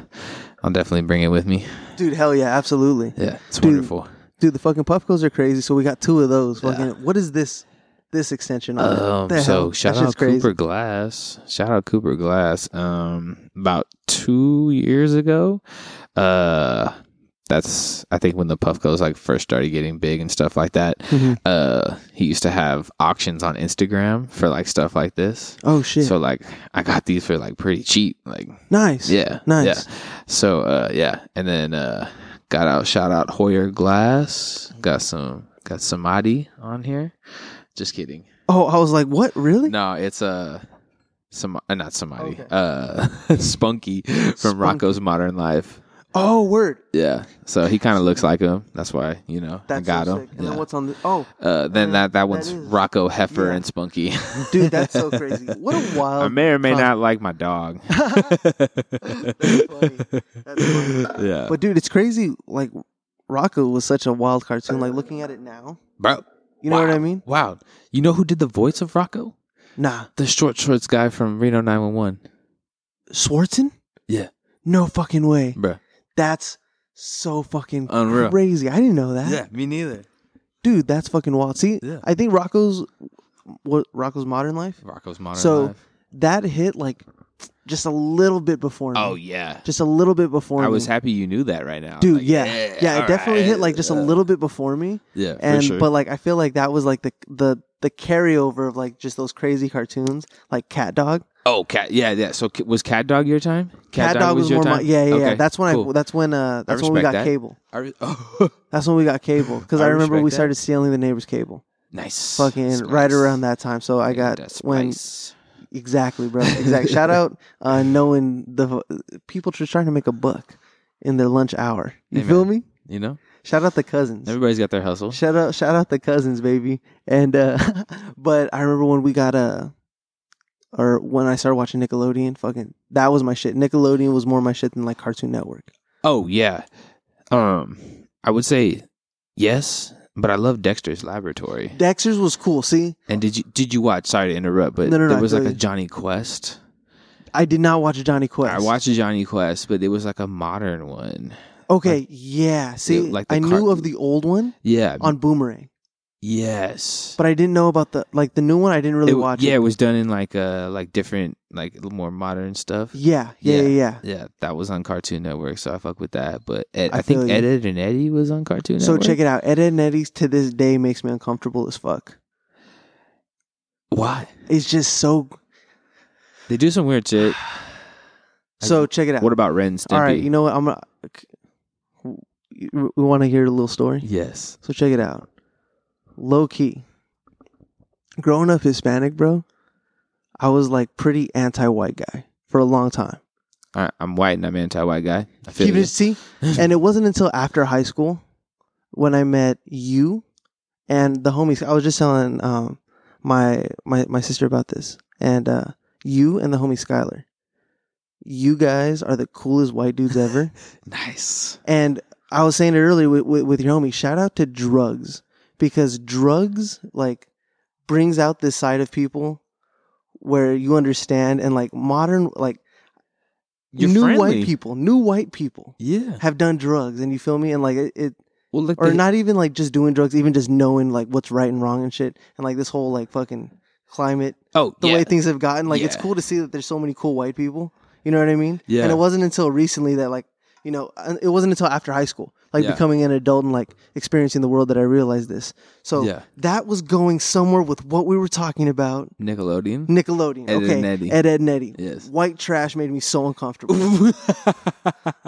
Speaker 1: i'll definitely bring it with me
Speaker 2: Dude, hell yeah, absolutely.
Speaker 1: yeah it's
Speaker 2: Dude.
Speaker 1: wonderful
Speaker 2: Dude, the fucking Puffcos are crazy. So we got two of those. Fucking, what is this? This extension on it?
Speaker 1: um
Speaker 2: The hell?
Speaker 1: so
Speaker 2: That
Speaker 1: shout
Speaker 2: shit's
Speaker 1: out cooper glass shout out cooper glass um about two years ago uh that's i think when the puff goes like first started getting big and stuff like that
Speaker 2: Mhm.
Speaker 1: uh he used to have auctions on instagram for like stuff like this
Speaker 2: Oh shit!
Speaker 1: so like i got these for like pretty cheap like
Speaker 2: nice.
Speaker 1: yeah
Speaker 2: Nice.
Speaker 1: yeah so uh yeah and then uh got out shout out hoyer glass got some got samadhi on here just kidding
Speaker 2: Oh, I was like, what? Really?
Speaker 1: no, it's uh, some uh, not somebody.
Speaker 2: Okay.
Speaker 1: Uh, Spunky from
Speaker 2: Spunky.
Speaker 1: Rocco's Modern Life.
Speaker 2: Oh, word.
Speaker 1: Yeah, so he kind of looks like him. That's why you know
Speaker 2: That's
Speaker 1: I got
Speaker 2: so
Speaker 1: him.
Speaker 2: sick. And
Speaker 1: Yeah.
Speaker 2: then what's on the? Oh,
Speaker 1: uh, then that
Speaker 2: uh, that
Speaker 1: that one's
Speaker 2: is-
Speaker 1: Rocco Heifer
Speaker 2: yeah.
Speaker 1: and Spunky.
Speaker 2: dude, that's so crazy. What a wild.
Speaker 1: I may or may
Speaker 2: concept.
Speaker 1: not like my dog.
Speaker 2: funny. That's funny.
Speaker 1: Yeah,
Speaker 2: But dude, it's crazy. Like Rocco was such a wild cartoon. Like looking at it now,
Speaker 1: bro.
Speaker 2: you know what I
Speaker 1: wow,
Speaker 2: mean?
Speaker 1: Wow, you know who did the voice of Rocco?
Speaker 2: Nah,
Speaker 1: The short shorts guy from Reno 911.
Speaker 2: Swartzen?
Speaker 1: Yeah.
Speaker 2: No fucking way.
Speaker 1: Bruh.
Speaker 2: That's so fucking
Speaker 1: Unreal.
Speaker 2: crazy. I didn't know that.
Speaker 1: me neither.
Speaker 2: Dude, that's fucking wild. See,
Speaker 1: Yeah.
Speaker 2: I think Rocco's what Rocco's Modern Life
Speaker 1: Rocco's Modern
Speaker 2: So-
Speaker 1: Life.
Speaker 2: that hit like just a little bit before me.
Speaker 1: Oh yeah,
Speaker 2: just a little bit before
Speaker 1: I
Speaker 2: me.
Speaker 1: was happy you knew that right now.
Speaker 2: Dude,
Speaker 1: Like,
Speaker 2: yeah, yeah, it
Speaker 1: all
Speaker 2: definitely
Speaker 1: right,
Speaker 2: hit like just a
Speaker 1: yeah.
Speaker 2: little bit before me,
Speaker 1: Yeah, for
Speaker 2: and
Speaker 1: sure.
Speaker 2: but like I feel like that was like the the the carryover of like just those crazy cartoons, like Cat Dog.
Speaker 1: oh, cat. Yeah, yeah. So ca- was Cat Dog your time?
Speaker 2: Cat, Dog, was, more my yeah, yeah, yeah.
Speaker 1: Okay,
Speaker 2: That's when I
Speaker 1: cool.
Speaker 2: that's when uh that's when we got
Speaker 1: respect that.
Speaker 2: cable.
Speaker 1: I re- oh,
Speaker 2: That's when we got cable because I,
Speaker 1: I
Speaker 2: remember
Speaker 1: respect
Speaker 2: we
Speaker 1: that.
Speaker 2: started stealing the neighbor's cable,
Speaker 1: nice.
Speaker 2: fucking
Speaker 1: That's
Speaker 2: right
Speaker 1: nice.
Speaker 2: around that time. So I
Speaker 1: Dude,
Speaker 2: got
Speaker 1: that's
Speaker 2: when
Speaker 1: nice.
Speaker 2: exactly, bro, exactly. Shout out uh, knowing the people just trying to make a buck in their lunch hour. You
Speaker 1: Hey,
Speaker 2: feel
Speaker 1: man.
Speaker 2: me?
Speaker 1: You know,
Speaker 2: Shout out the cousins.
Speaker 1: everybody's got their hustle.
Speaker 2: Shout out, shout out the cousins, baby. And uh but I remember when we got uh or when I started watching Nickelodeon, fucking that was my shit. Nickelodeon was more my shit than like Cartoon Network.
Speaker 1: Oh yeah. Um, I would say yes, but I love Dexter's Laboratory.
Speaker 2: Dexter's was cool. See,
Speaker 1: and did you did you watch? Sorry to interrupt, but
Speaker 2: No, no, no,
Speaker 1: there was
Speaker 2: I
Speaker 1: like
Speaker 2: feel
Speaker 1: a
Speaker 2: you.
Speaker 1: Johnny Quest.
Speaker 2: I did not watch Johnny Quest.
Speaker 1: I watched Johnny Quest, but it was like a modern one.
Speaker 2: Okay, yeah. See,
Speaker 1: like the
Speaker 2: I knew
Speaker 1: cart-
Speaker 2: of the old one
Speaker 1: Yeah.
Speaker 2: on Boomerang,
Speaker 1: yes.
Speaker 2: but I didn't know about the like the new one. I didn't really
Speaker 1: It w-
Speaker 2: watch
Speaker 1: yeah,
Speaker 2: it.
Speaker 1: it was done in like uh like different like a little more modern stuff.
Speaker 2: Yeah, yeah, yeah,
Speaker 1: Yeah.
Speaker 2: yeah.
Speaker 1: Yeah, that was on Cartoon Network, so I fuck with that. But Ed,
Speaker 2: I
Speaker 1: I, think
Speaker 2: feel you.
Speaker 1: Ed, Ed and Eddie was on Cartoon
Speaker 2: So
Speaker 1: Network.
Speaker 2: check it out. Ed, Ed and Eddie's to this day makes me uncomfortable as fuck.
Speaker 1: Why
Speaker 2: It's just so.
Speaker 1: they do some weird shit?
Speaker 2: So check it out.
Speaker 1: What about Ren and Stimpy?
Speaker 2: All right, you know what? I'm gonna. you- we want to hear a little story.
Speaker 1: Yes.
Speaker 2: So check it out. Low key. Growing up Hispanic, bro, I was like pretty anti-white guy for a long time.
Speaker 1: All right, I'm white and I'm anti-white guy. I feel
Speaker 2: Keep
Speaker 1: you.
Speaker 2: it see. and it wasn't until after high school when I met you and the homies. I was just telling um my my my sister about this and uh you and the homie Skylar. You guys are the coolest white dudes ever.
Speaker 1: Nice.
Speaker 2: And I was saying it earlier with, with, with your homie. Shout out to drugs because drugs like brings out this side of people where you understand and like modern like
Speaker 1: You're
Speaker 2: new
Speaker 1: friendly.
Speaker 2: white people, new white people
Speaker 1: Yeah.
Speaker 2: have done drugs, and you feel me, and like it, it
Speaker 1: Well, look,
Speaker 2: or
Speaker 1: they-
Speaker 2: not even like just doing drugs, even just knowing like what's right and wrong and shit, and like this whole like fucking climate,
Speaker 1: Oh,
Speaker 2: the
Speaker 1: yeah.
Speaker 2: way things have gotten. Like it's
Speaker 1: Yeah.
Speaker 2: cool to see that there's so many cool white people. You know what I mean?
Speaker 1: Yeah.
Speaker 2: And it wasn't until recently that like you know and it wasn't until after high school, like
Speaker 1: Yeah.
Speaker 2: becoming an adult and like experiencing the world that I realized this. So
Speaker 1: Yeah.
Speaker 2: that was going somewhere with what we were talking about.
Speaker 1: Nickelodeon.
Speaker 2: Nickelodeon.
Speaker 1: Ed, Ed,
Speaker 2: okay.
Speaker 1: and Eddy.
Speaker 2: Ed, Ed, and Eddy.
Speaker 1: Yes.
Speaker 2: White trash made me so uncomfortable.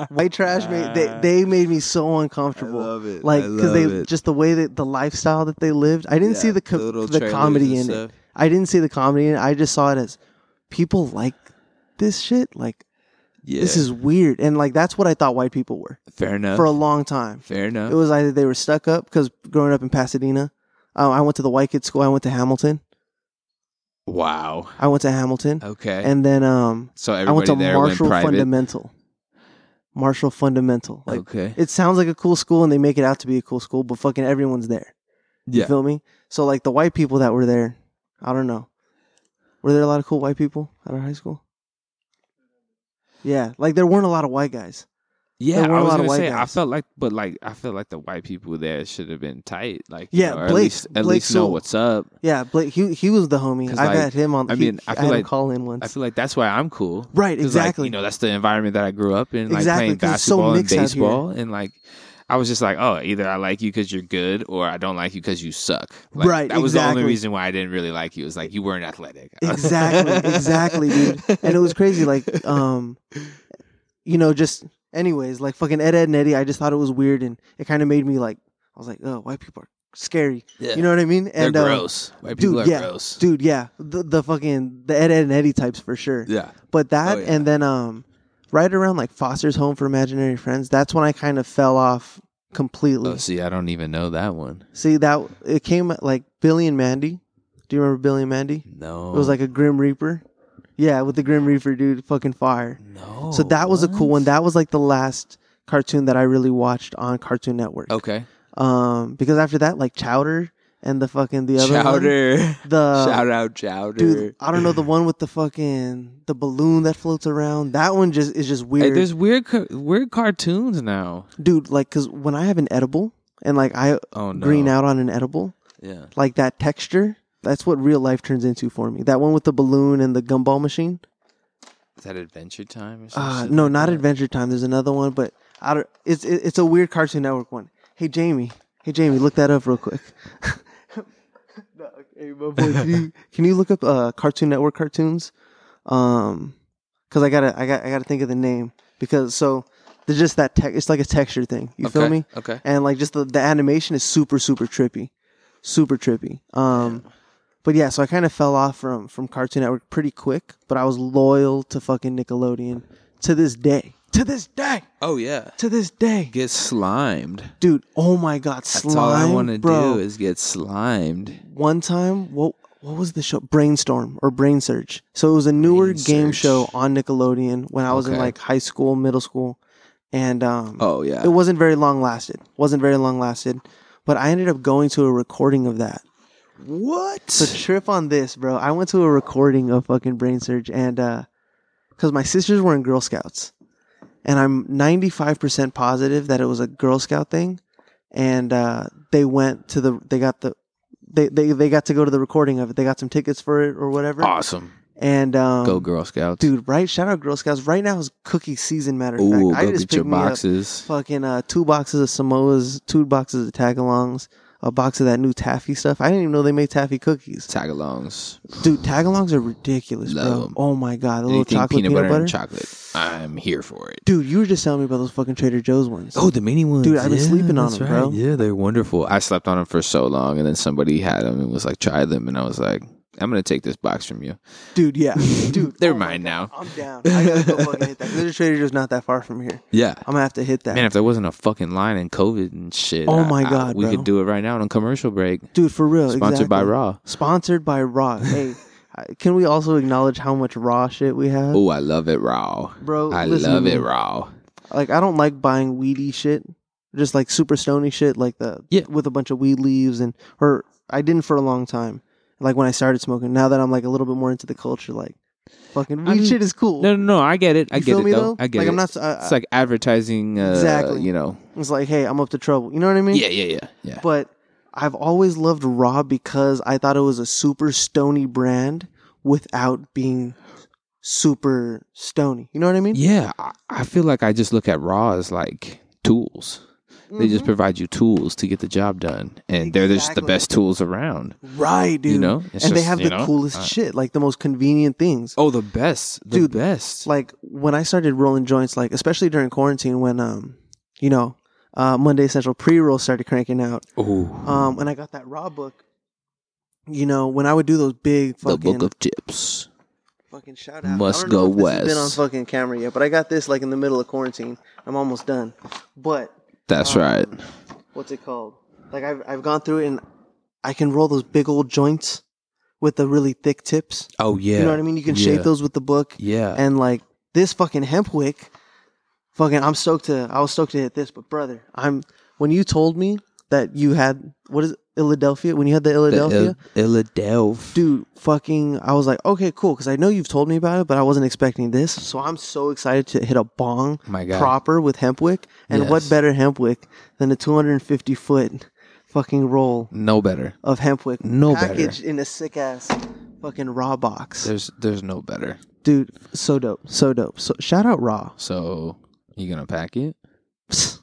Speaker 2: White trash made they, they made me so uncomfortable.
Speaker 1: love it.
Speaker 2: Like
Speaker 1: I
Speaker 2: because they
Speaker 1: love it.
Speaker 2: just the way that the lifestyle that they lived. I didn't see
Speaker 1: Yeah,
Speaker 2: the co-
Speaker 1: the little
Speaker 2: the
Speaker 1: trailers
Speaker 2: comedy in
Speaker 1: and
Speaker 2: it.
Speaker 1: stuff.
Speaker 2: I didn't see the comedy in it. I just saw it as people like this shit. Like
Speaker 1: yeah.
Speaker 2: this is weird, and like that's what I thought white people were
Speaker 1: fair enough.
Speaker 2: for a long time.
Speaker 1: fair enough.
Speaker 2: It was either they were stuck up because growing up in Pasadena, uh, I went to the white kid school. I went to Hamilton.
Speaker 1: wow.
Speaker 2: I went to Hamilton,
Speaker 1: Okay.
Speaker 2: and then um,
Speaker 1: so
Speaker 2: I went
Speaker 1: everybody
Speaker 2: to
Speaker 1: there
Speaker 2: Marshall
Speaker 1: went private.
Speaker 2: Fundamental. Marshall Fundamental, like
Speaker 1: okay.
Speaker 2: it sounds like a cool school and they make it out to be a cool school, but fucking everyone's there. You
Speaker 1: Yeah.
Speaker 2: feel me? So like the white people that were there, I don't know. Were there a lot of cool white people at our high school? Yeah, like there weren't a lot of white guys.
Speaker 1: Yeah,
Speaker 2: there were
Speaker 1: I
Speaker 2: a
Speaker 1: was
Speaker 2: lot of
Speaker 1: gonna
Speaker 2: white
Speaker 1: say I
Speaker 2: guys.
Speaker 1: felt like, but like I felt like the white people there should have been tight. Like yeah,
Speaker 2: Yeah,
Speaker 1: or at
Speaker 2: Blake-
Speaker 1: least at
Speaker 2: Blake
Speaker 1: least know
Speaker 2: Sewell.
Speaker 1: what's up.
Speaker 2: Yeah, Blake he he was the homie.
Speaker 1: 'Cause,
Speaker 2: I've
Speaker 1: like,
Speaker 2: had him on.
Speaker 1: I
Speaker 2: he-
Speaker 1: mean, I feel
Speaker 2: had him
Speaker 1: like-
Speaker 2: call in once.
Speaker 1: I feel like that's why I'm cool.
Speaker 2: right,
Speaker 1: 'Cause, like,
Speaker 2: exactly.
Speaker 1: you know, that's the environment that I grew up in, like
Speaker 2: Exactly,
Speaker 1: playing
Speaker 2: 'cause it's so
Speaker 1: basketball and
Speaker 2: mixed out here.
Speaker 1: baseball, and like I was just like, oh, either I like you because you're good, or I don't like you because you suck. Like,
Speaker 2: Right,
Speaker 1: That was the
Speaker 2: exactly.
Speaker 1: only reason why I didn't really like you. Is like you weren't athletic.
Speaker 2: exactly, exactly, dude. And it was crazy. Like, um, you know, just anyways, like fucking Ed, Ed, and Eddie. I just thought it was weird, and it kind of made me like, I was like, oh, white people are scary.
Speaker 1: Yeah.
Speaker 2: You know what I mean?
Speaker 1: They're
Speaker 2: And uh,
Speaker 1: gross. White people
Speaker 2: dude,
Speaker 1: are
Speaker 2: yeah,
Speaker 1: gross.
Speaker 2: dude. Yeah, the, the fucking the Ed, Ed, and Eddie types for sure.
Speaker 1: Yeah.
Speaker 2: But that,
Speaker 1: Oh, yeah.
Speaker 2: and then um, right around like Foster's Home for Imaginary Friends. That's when I kind of fell off completely.
Speaker 1: Oh, see, I don't even know that one.
Speaker 2: See that it came like Billy and Mandy. Do you remember Billy and Mandy?
Speaker 1: No.
Speaker 2: It was like a Grim Reaper. Yeah, with the Grim Reaper dude, fucking fire.
Speaker 1: no.
Speaker 2: so that was a
Speaker 1: Oh,
Speaker 2: cool
Speaker 1: what?
Speaker 2: one. That was like the last cartoon that I really watched on Cartoon Network.
Speaker 1: Okay.
Speaker 2: Um, because after that, like Chowder and the fucking the other one, the
Speaker 1: Shout out Chowder.
Speaker 2: dude, I don't know the one with the fucking the balloon that floats around. That one just is just
Speaker 1: Hey,
Speaker 2: weird,
Speaker 1: there's weird, ca- weird cartoons now.
Speaker 2: dude. Like, cause when I have an edible and like I
Speaker 1: Oh no.
Speaker 2: green out on an edible,
Speaker 1: Yeah.
Speaker 2: like that texture, that's what real life turns into for me. That one with the balloon and the gumball machine.
Speaker 1: Is that Adventure Time? Or
Speaker 2: Uh,
Speaker 1: something?
Speaker 2: no, not Adventure Time. There's another one, but I don't, it's it, it's a weird Cartoon Network one. Hey Jamie, hey Jamie, look that up real quick. No, okay, my boy, can you can you look up uh, Cartoon Network cartoons? Um, because I gotta I got I gotta think of the name because so there's just that tech. It's like a texture thing. You feel
Speaker 1: Okay,
Speaker 2: me?
Speaker 1: okay.
Speaker 2: And like just the the animation is super super trippy, super trippy. Um. But yeah, so I kind of fell off from from Cartoon Network pretty quick, but I was loyal to fucking Nickelodeon to this day. To this day.
Speaker 1: Oh yeah.
Speaker 2: To this day.
Speaker 1: Get slimed.
Speaker 2: Dude, oh my god, slime.
Speaker 1: That's all I want to
Speaker 2: bro.
Speaker 1: do is get slimed.
Speaker 2: One time, what what was the show? Brainstorm or Brain Search. So it was a newer
Speaker 1: Brain
Speaker 2: game
Speaker 1: Search.
Speaker 2: show on Nickelodeon when I was in
Speaker 1: Okay.
Speaker 2: like high school, middle school, and um
Speaker 1: Oh yeah.
Speaker 2: it wasn't very long lasted. Wasn't very long lasted, but I ended up going to a recording of that.
Speaker 1: What?
Speaker 2: So trip on this, bro. I went to a recording of fucking Brain Surge and uh cuz my sisters were in Girl Scouts. And I'm 95% positive that it was a Girl Scout thing and uh they went to the they got the they, they they got to go to the recording of it. They got some tickets for it or whatever.
Speaker 1: awesome.
Speaker 2: And um
Speaker 1: Go Girl Scouts.
Speaker 2: dude, right? Shout out Girl Scouts. Right now is cookie season matter of
Speaker 1: Ooh,
Speaker 2: fact. I
Speaker 1: go
Speaker 2: just
Speaker 1: get your
Speaker 2: picked me up
Speaker 1: boxes.
Speaker 2: fucking uh, two boxes of Samoas, two boxes of Tagalongs, a box of that new taffy stuff. I didn't even know they made taffy cookies.
Speaker 1: Tagalongs.
Speaker 2: Dude, tagalongs are ridiculous,
Speaker 1: Love
Speaker 2: bro.
Speaker 1: 'em.
Speaker 2: Oh my god, the little
Speaker 1: Anything
Speaker 2: chocolate
Speaker 1: peanut, butter, and chocolate. I'm here for it.
Speaker 2: Dude, you were just telling me about those fucking Trader Joe's ones.
Speaker 1: Oh, the mini ones.
Speaker 2: Dude, I've been
Speaker 1: Yeah,
Speaker 2: sleeping on
Speaker 1: that's
Speaker 2: them, bro.
Speaker 1: Yeah, they're wonderful. I slept on them for so long, and then somebody had them and was like, "Try them," and I was like, "I'm gonna take this box from you."
Speaker 2: dude, yeah, dude,
Speaker 1: They're
Speaker 2: oh my
Speaker 1: mine
Speaker 2: God,
Speaker 1: now.
Speaker 2: I'm down. I gotta go fucking hit that. There's a Trader Joe's not that far from here.
Speaker 1: Yeah,
Speaker 2: I'm gonna have to hit that,
Speaker 1: man. If there wasn't a fucking line in COVID and shit,
Speaker 2: Oh
Speaker 1: I-
Speaker 2: my
Speaker 1: I-
Speaker 2: God,
Speaker 1: we
Speaker 2: bro.
Speaker 1: could do it right now on commercial break.
Speaker 2: dude. For real,
Speaker 1: Sponsored by
Speaker 2: exactly.
Speaker 1: Raw.
Speaker 2: Sponsored by Raw. Hey, I- can we also acknowledge how much Raw shit we have?
Speaker 1: Oh, I love it raw,
Speaker 2: Bro,
Speaker 1: I
Speaker 2: listen to
Speaker 1: love
Speaker 2: me.
Speaker 1: it raw.
Speaker 2: Like, I don't like buying weedy shit, just like super stony shit, like the
Speaker 1: Yeah.
Speaker 2: with a bunch of weed leaves and or I didn't for a long time. Like when I started smoking. Now that I'm like a little bit more into the culture, like fucking weed
Speaker 1: mean,
Speaker 2: shit is cool.
Speaker 1: No, no, no. I get it. I
Speaker 2: You
Speaker 1: get
Speaker 2: feel
Speaker 1: it
Speaker 2: me,
Speaker 1: though.
Speaker 2: though?
Speaker 1: I get
Speaker 2: Like,
Speaker 1: it.
Speaker 2: I'm not s- I-
Speaker 1: it's like advertising. Uh,
Speaker 2: Exactly.
Speaker 1: You know.
Speaker 2: It's like, hey, I'm up to trouble. You know what I mean?
Speaker 1: Yeah, yeah, yeah, yeah.
Speaker 2: But I've always loved Raw because I thought it was a super stony brand without being super stony. You know what I mean?
Speaker 1: Yeah, I, I feel like I just look at Raw as like tools. They just provide you tools to get the job done, and they're just the
Speaker 2: Mm-hmm. Exactly.
Speaker 1: best tools around.
Speaker 2: Mm-hmm. Right, dude.
Speaker 1: You know,
Speaker 2: and
Speaker 1: It's
Speaker 2: they
Speaker 1: just,
Speaker 2: have
Speaker 1: you
Speaker 2: the
Speaker 1: know,
Speaker 2: coolest
Speaker 1: uh,
Speaker 2: shit, like the most convenient things.
Speaker 1: Oh, the best, the
Speaker 2: Dude,
Speaker 1: best.
Speaker 2: Like when I started rolling joints, like especially during quarantine, when um, you know, uh, Monday Central pre roll started cranking out,
Speaker 1: oh,
Speaker 2: um, and I got that raw book. You know, when I would do those big
Speaker 1: the
Speaker 2: fucking
Speaker 1: book of tips.
Speaker 2: fucking shout out.
Speaker 1: Must
Speaker 2: I don't know
Speaker 1: go
Speaker 2: if this has Been on
Speaker 1: west.
Speaker 2: fucking camera yet, but I got this like in the middle of quarantine. I'm almost done, but
Speaker 1: That's
Speaker 2: um,
Speaker 1: right.
Speaker 2: what's it called? Like I've I've gone through it and I can roll those big old joints with the really thick tips.
Speaker 1: Oh yeah.
Speaker 2: You know what I mean? You can shape
Speaker 1: Yeah.
Speaker 2: those with the book.
Speaker 1: Yeah.
Speaker 2: And like this fucking hemp wick, fucking I'm stoked to I was stoked to hit this, but brother, I'm when you told me that you had what is it, Philadelphia? When you had the
Speaker 1: uh,
Speaker 2: Philadelphia,
Speaker 1: Philadelphia.
Speaker 2: dude, fucking I was like, okay, cool, because I know you've told me about it, but I wasn't expecting this. So I'm so excited to hit a bong
Speaker 1: My God.
Speaker 2: proper with hemp wick. And what
Speaker 1: Yes.
Speaker 2: better hemp wick than a 250 foot fucking roll
Speaker 1: No better.
Speaker 2: of hemp wick
Speaker 1: No better.
Speaker 2: packaged in a sick ass fucking raw box
Speaker 1: There's there's no better.
Speaker 2: dude so dope so dope so shout out raw
Speaker 1: So you gonna pack it?
Speaker 2: Psst.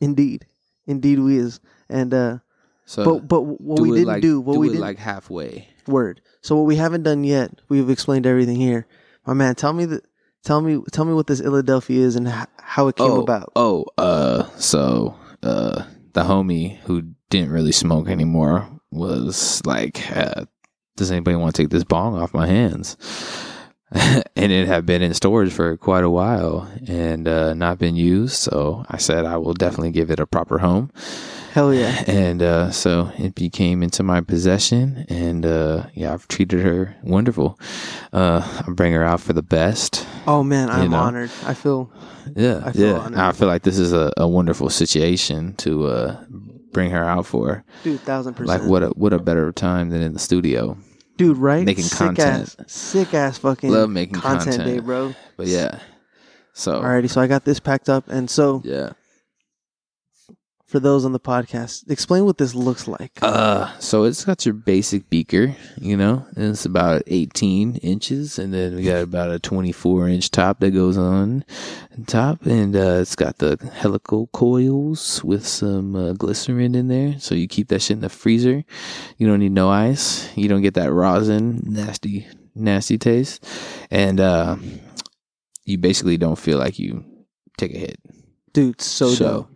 Speaker 2: indeed indeed we is and uh
Speaker 1: So
Speaker 2: but but what
Speaker 1: do
Speaker 2: we
Speaker 1: it
Speaker 2: didn't
Speaker 1: like-
Speaker 2: do what we
Speaker 1: it
Speaker 2: didn't
Speaker 1: like halfway.
Speaker 2: word so what we haven't done yet we've explained everything here my man tell me that tell me tell me what this Philadelphia is and h- how it came
Speaker 1: oh,
Speaker 2: about
Speaker 1: Oh, uh, so uh, the homie who didn't really smoke anymore was like, uh, "Does anybody want to take this bong off my hands?" and it had been in storage for quite a while and uh, not been used. So I said, "I will definitely give it a proper home."
Speaker 2: hell yeah
Speaker 1: And uh, so it became into my possession, and uh, yeah, I've treated her wonderful. Uh, I bring her out for the best.
Speaker 2: oh man i'm
Speaker 1: know.
Speaker 2: honored i feel
Speaker 1: Yeah,
Speaker 2: I feel
Speaker 1: yeah.
Speaker 2: honored.
Speaker 1: I feel like this is a, a wonderful situation to uh, bring her out for.
Speaker 2: dude thousand percent
Speaker 1: Like, what a what a better time than in the studio.
Speaker 2: dude right
Speaker 1: making
Speaker 2: sick
Speaker 1: content.
Speaker 2: ass sick ass fucking
Speaker 1: Love making
Speaker 2: content,
Speaker 1: content. Oh.
Speaker 2: day bro
Speaker 1: But yeah, so
Speaker 2: alrighty so i got this packed up and so
Speaker 1: yeah.
Speaker 2: for those on the podcast explain what this looks like
Speaker 1: Uh, so it's got your basic beaker, you know, and it's about 18 inches, and then we got about a 24 inch top that goes on top, and uh, it's got the helical coils with some uh, glycerin in there, so you keep that shit in the freezer. You don't need no ice. You don't get that rosin nasty, nasty taste, and uh, you basically don't feel like you take a hit.
Speaker 2: dude so
Speaker 1: So,
Speaker 2: dope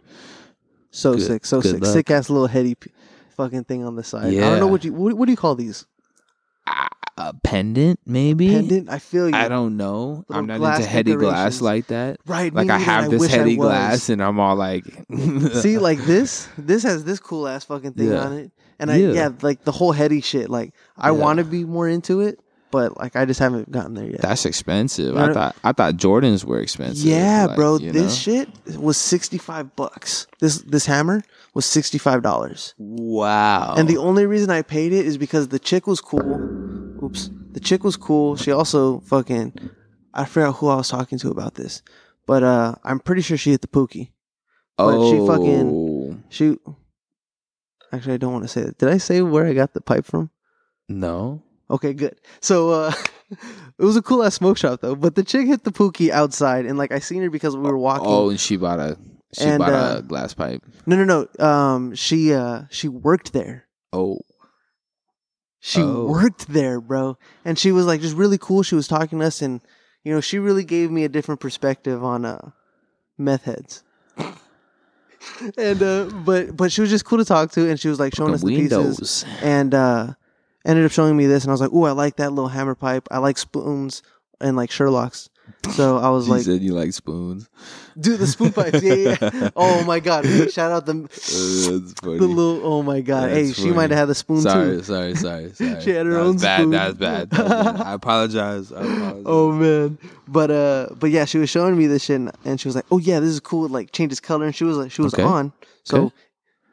Speaker 2: so
Speaker 1: good-
Speaker 2: sick so
Speaker 1: good
Speaker 2: sick
Speaker 1: luck.
Speaker 2: sick ass little heady p- fucking thing on the side i don't
Speaker 1: Yeah.
Speaker 2: know what you what, what do you call these
Speaker 1: A- a pendant, maybe.
Speaker 2: pendant i feel you
Speaker 1: I don't know.
Speaker 2: Little
Speaker 1: I'm not
Speaker 2: glass
Speaker 1: into heady
Speaker 2: decorations.
Speaker 1: glass like that.
Speaker 2: right me
Speaker 1: Like I
Speaker 2: neither,
Speaker 1: have this
Speaker 2: wish I
Speaker 1: heady
Speaker 2: was.
Speaker 1: glass, and I'm all like,
Speaker 2: see like this this has this cool ass fucking thing
Speaker 1: Yeah.
Speaker 2: on it and i yeah.
Speaker 1: Yeah.
Speaker 2: like the whole heady shit like i
Speaker 1: Yeah.
Speaker 2: want to be more into it but like i just haven't gotten there yet
Speaker 1: that's expensive.
Speaker 2: You
Speaker 1: I
Speaker 2: know-
Speaker 1: thought I thought Jordans were expensive.
Speaker 2: yeah
Speaker 1: Like,
Speaker 2: bro
Speaker 1: you
Speaker 2: this shit was 65 bucks this this hammer was 65 dollars
Speaker 1: know? wow.
Speaker 2: And the only reason I paid it is because the chick was cool. Oops. The chick was cool. She also fucking I forgot who I was talking to about this. But uh I'm pretty sure she hit the pookie. but she fucking-
Speaker 1: Oh,
Speaker 2: She Actually I don't want to say that. Did I say where I got the pipe from?
Speaker 1: no.
Speaker 2: Okay, good. So uh it was a cool ass smoke shop though. But the chick hit the pookie outside and like I seen her because we were walking.
Speaker 1: Oh, and she bought a She
Speaker 2: And,
Speaker 1: bought
Speaker 2: uh,
Speaker 1: a glass pipe.
Speaker 2: No, no, no. Um, she uh she worked there.
Speaker 1: Oh,
Speaker 2: She
Speaker 1: Oh.
Speaker 2: worked there, bro. And she was like just really cool. She was talking to us and you know, she really gave me a different perspective on uh meth heads. and uh but but she was just cool to talk to and she was like showing us the pieces
Speaker 1: windows.
Speaker 2: and uh ended up showing me this and I was like, "Ooh, I like that little hammer pipe. I like spoons and like Sherlock's." So I was
Speaker 1: She
Speaker 2: like,
Speaker 1: said you like spoons.
Speaker 2: "Dude, the spoon pipes. Yeah, yeah. yeah. Oh my god. man, Shout out the
Speaker 1: Uh, that's funny.
Speaker 2: the little Oh my god. hey,
Speaker 1: That's
Speaker 2: she might
Speaker 1: funny.
Speaker 2: have had the spoon too.
Speaker 1: Sorry, sorry, sorry, sorry.
Speaker 2: She had her
Speaker 1: That was
Speaker 2: own
Speaker 1: bad.
Speaker 2: spoon.
Speaker 1: That was bad. That was bad. I apologize. I apologize.
Speaker 2: Oh man, but uh, but yeah, she was showing me this shit, and, and she was like, "Oh yeah, this is cool. It, like changes color." And she was like, she was
Speaker 1: Okay.
Speaker 2: on. So
Speaker 1: Okay.